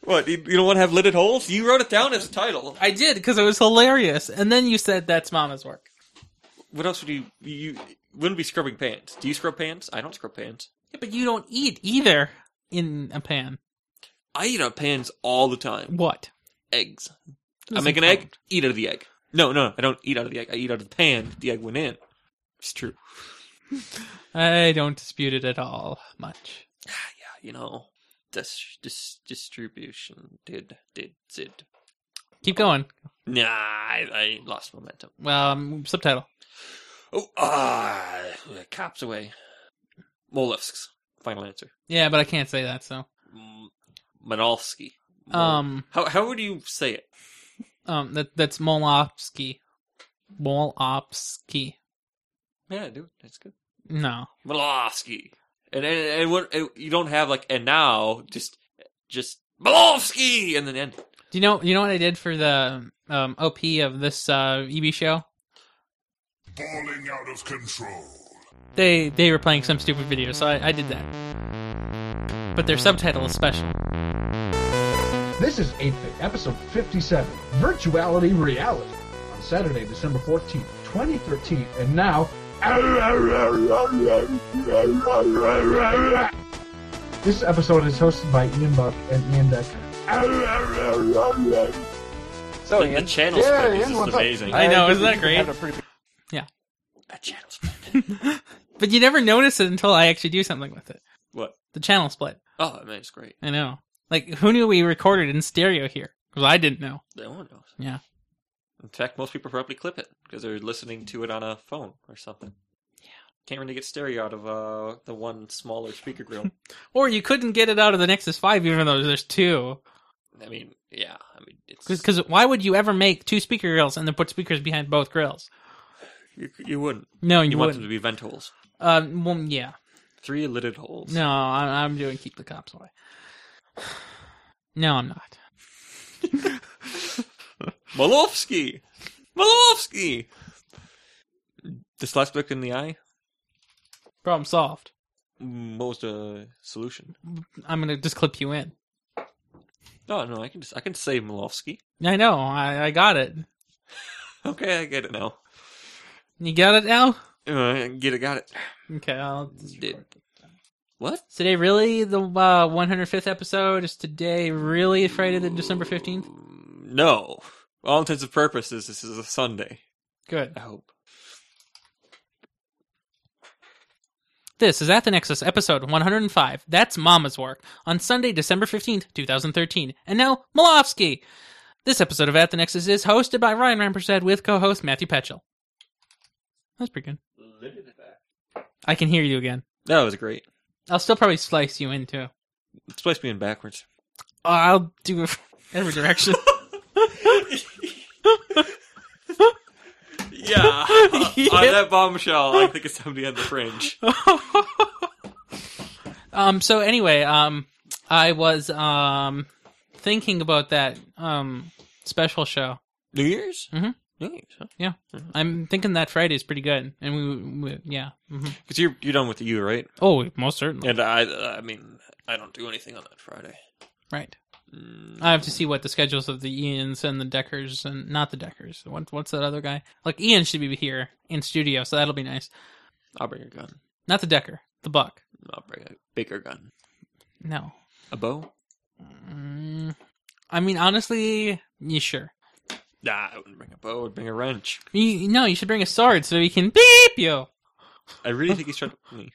Speaker 3: What, you, you don't want to have lidded holes? You wrote it down as a title.
Speaker 2: I did because it was hilarious. And then you said that's mama's work.
Speaker 3: What else would you, you wouldn't be scrubbing pants. Do you scrub pants? I don't scrub pants.
Speaker 2: Yeah, but you don't eat either in a pan.
Speaker 3: I eat out of pans all the time.
Speaker 2: What?
Speaker 3: Eggs. I
Speaker 2: Doesn't
Speaker 3: make an egg,
Speaker 2: count.
Speaker 3: eat out of the egg. No, no, I don't eat out of the egg. I eat out of the pan. The egg went in. It's true.
Speaker 2: I don't dispute it at all much.
Speaker 3: Yeah, you know, dis- dis- distribution did did did.
Speaker 2: Keep going.
Speaker 3: Nah, I, I lost momentum.
Speaker 2: Um subtitle.
Speaker 3: Oh, ah, cops away. Mollusks. Final answer.
Speaker 2: Yeah, but I can't say that, so
Speaker 3: M- Manolsky. Mol-
Speaker 2: um
Speaker 3: how how would you say it?
Speaker 2: um that that's Molopsky. Molopsky.
Speaker 3: Yeah, dude, that's good.
Speaker 2: No.
Speaker 3: Malofsky. And and, and what and you don't have like and now just just Malofsky and then end. it.
Speaker 2: Do you know you know what I did for the um, OP of this uh, EB show?
Speaker 5: falling out of control.
Speaker 2: They they were playing some stupid video, so I, I did that. But their subtitle is special.
Speaker 6: This is 8 Bit, episode 57 Virtuality Reality, on Saturday, December 14th, 2013. And now. This episode is hosted by Ian Buck and Ian Decker. So,
Speaker 3: The- the channel split is just amazing.
Speaker 2: I know, isn't that great?
Speaker 3: A channel split.
Speaker 2: But you never notice it until I actually do something with it.
Speaker 3: What?
Speaker 2: The channel split.
Speaker 3: Oh man, it's great.
Speaker 2: I know. Like who knew we recorded in stereo here? Because I didn't know.
Speaker 3: No one knows.
Speaker 2: Yeah.
Speaker 3: In fact, most people probably clip it because they're listening to it on a phone or something. Can't really get stereo out of uh, the one smaller speaker
Speaker 2: [LAUGHS]
Speaker 3: grill.
Speaker 2: Or you couldn't get it out of the Nexus 5 even though there's two.
Speaker 3: I mean, yeah. I mean, it's
Speaker 2: Because why would you ever make two speaker grills and then put speakers behind both grills?
Speaker 3: you, you wouldn't.
Speaker 2: No,
Speaker 3: You,
Speaker 2: you,
Speaker 3: want them
Speaker 2: wouldn't.
Speaker 3: to be vent holes.
Speaker 2: Um, well, yeah.
Speaker 3: Three lidded holes.
Speaker 2: No, I'm, I'm doing keep the cops away. [SIGHS] No, I'm not.
Speaker 3: Malofsky! Malofsky! Dyslexic look in the eye?
Speaker 2: Problem solved.
Speaker 3: What was the uh, solution?
Speaker 2: I'm gonna just clip you in.
Speaker 3: No, no, I can just I can say Malofsky.
Speaker 2: I know. I, I got it.
Speaker 3: Okay, I get it now.
Speaker 2: You got it now.
Speaker 3: Uh, get it, got it.
Speaker 2: Okay. I'll...
Speaker 3: Did- What?
Speaker 2: Is Today really the uh, 105th episode. Is today really Friday the December 15th?
Speaker 3: No. All intents and purposes, this is a Sunday.
Speaker 2: Good.
Speaker 3: I hope.
Speaker 2: This is At the Nexus, episode 105. That's Mama's Work, on Sunday, December 15th, 2013. And now, Malofsky! This episode of At the Nexus is hosted by Ryan Rampersad with co host Matthew Petchel. That's pretty good. I can hear you again.
Speaker 3: That was great.
Speaker 2: I'll still probably slice you in too. Uh,
Speaker 3: It's supposed to be in backwards.
Speaker 2: I'll do it every direction.
Speaker 3: Yeah. [LAUGHS] uh, On that bombshell, I think it's time to end the fringe.
Speaker 2: um so anyway um i was um thinking about that um special show
Speaker 3: [LAUGHS] New Year's?
Speaker 2: Mhm.
Speaker 3: New Year's, huh?
Speaker 2: yeah i'm thinking that friday's pretty good and we, we yeah mhm.
Speaker 3: Because you're, you're done with the U, right?
Speaker 2: oh most certainly
Speaker 3: And I, I mean, I don't do anything on that Friday.
Speaker 2: right i have to see what the schedules of the ians and the deckers and not the deckers what, what's that other guy like ian should be here in studio so that'll be nice
Speaker 3: I'll bring a gun.
Speaker 2: not the decker the buck
Speaker 3: I'll bring a bigger gun.
Speaker 2: no
Speaker 3: A bow?
Speaker 2: Mm, i mean honestly you sure
Speaker 3: Nah, I wouldn't bring a bow. I'd bring a wrench.
Speaker 2: you, you- no you should bring a sword so he can beep you
Speaker 3: I really think he's trying to [LAUGHS] kill me.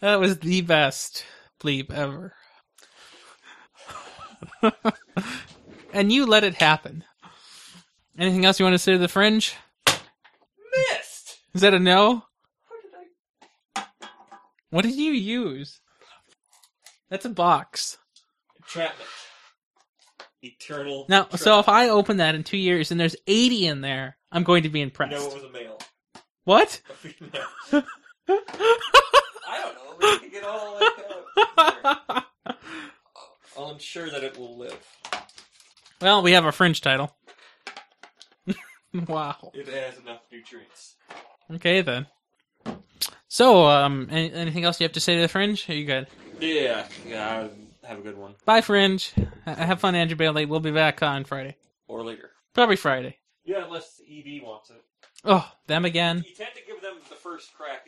Speaker 2: That was the best bleep ever. and you let it happen. Anything else you want to say to the fringe?
Speaker 3: Missed!
Speaker 2: Is that a no? What did you use? That's a box.
Speaker 3: Entrapment. Eternal.
Speaker 2: Now, so if I open that in two years and there's 80 in there, I'm going to be impressed.
Speaker 3: No, it was a male.
Speaker 2: what?
Speaker 3: A female. [LAUGHS] I don't know. We can get all like that. I'll ensure that it will live.
Speaker 2: Well, we have a fringe title. [LAUGHS] wow.
Speaker 3: It has enough nutrients.
Speaker 2: Okay then. So, um, any, anything else you have to say to the Fringe? Are you good?
Speaker 3: Yeah, yeah. Have a good one.
Speaker 2: Bye, Fringe. Ha- Have fun, Andrew Bailey. We'll be back on Friday,
Speaker 3: Or later.
Speaker 2: probably Friday.
Speaker 3: Yeah, unless EV wants it.
Speaker 2: Oh, them again.
Speaker 3: You tend to give them the first cracking.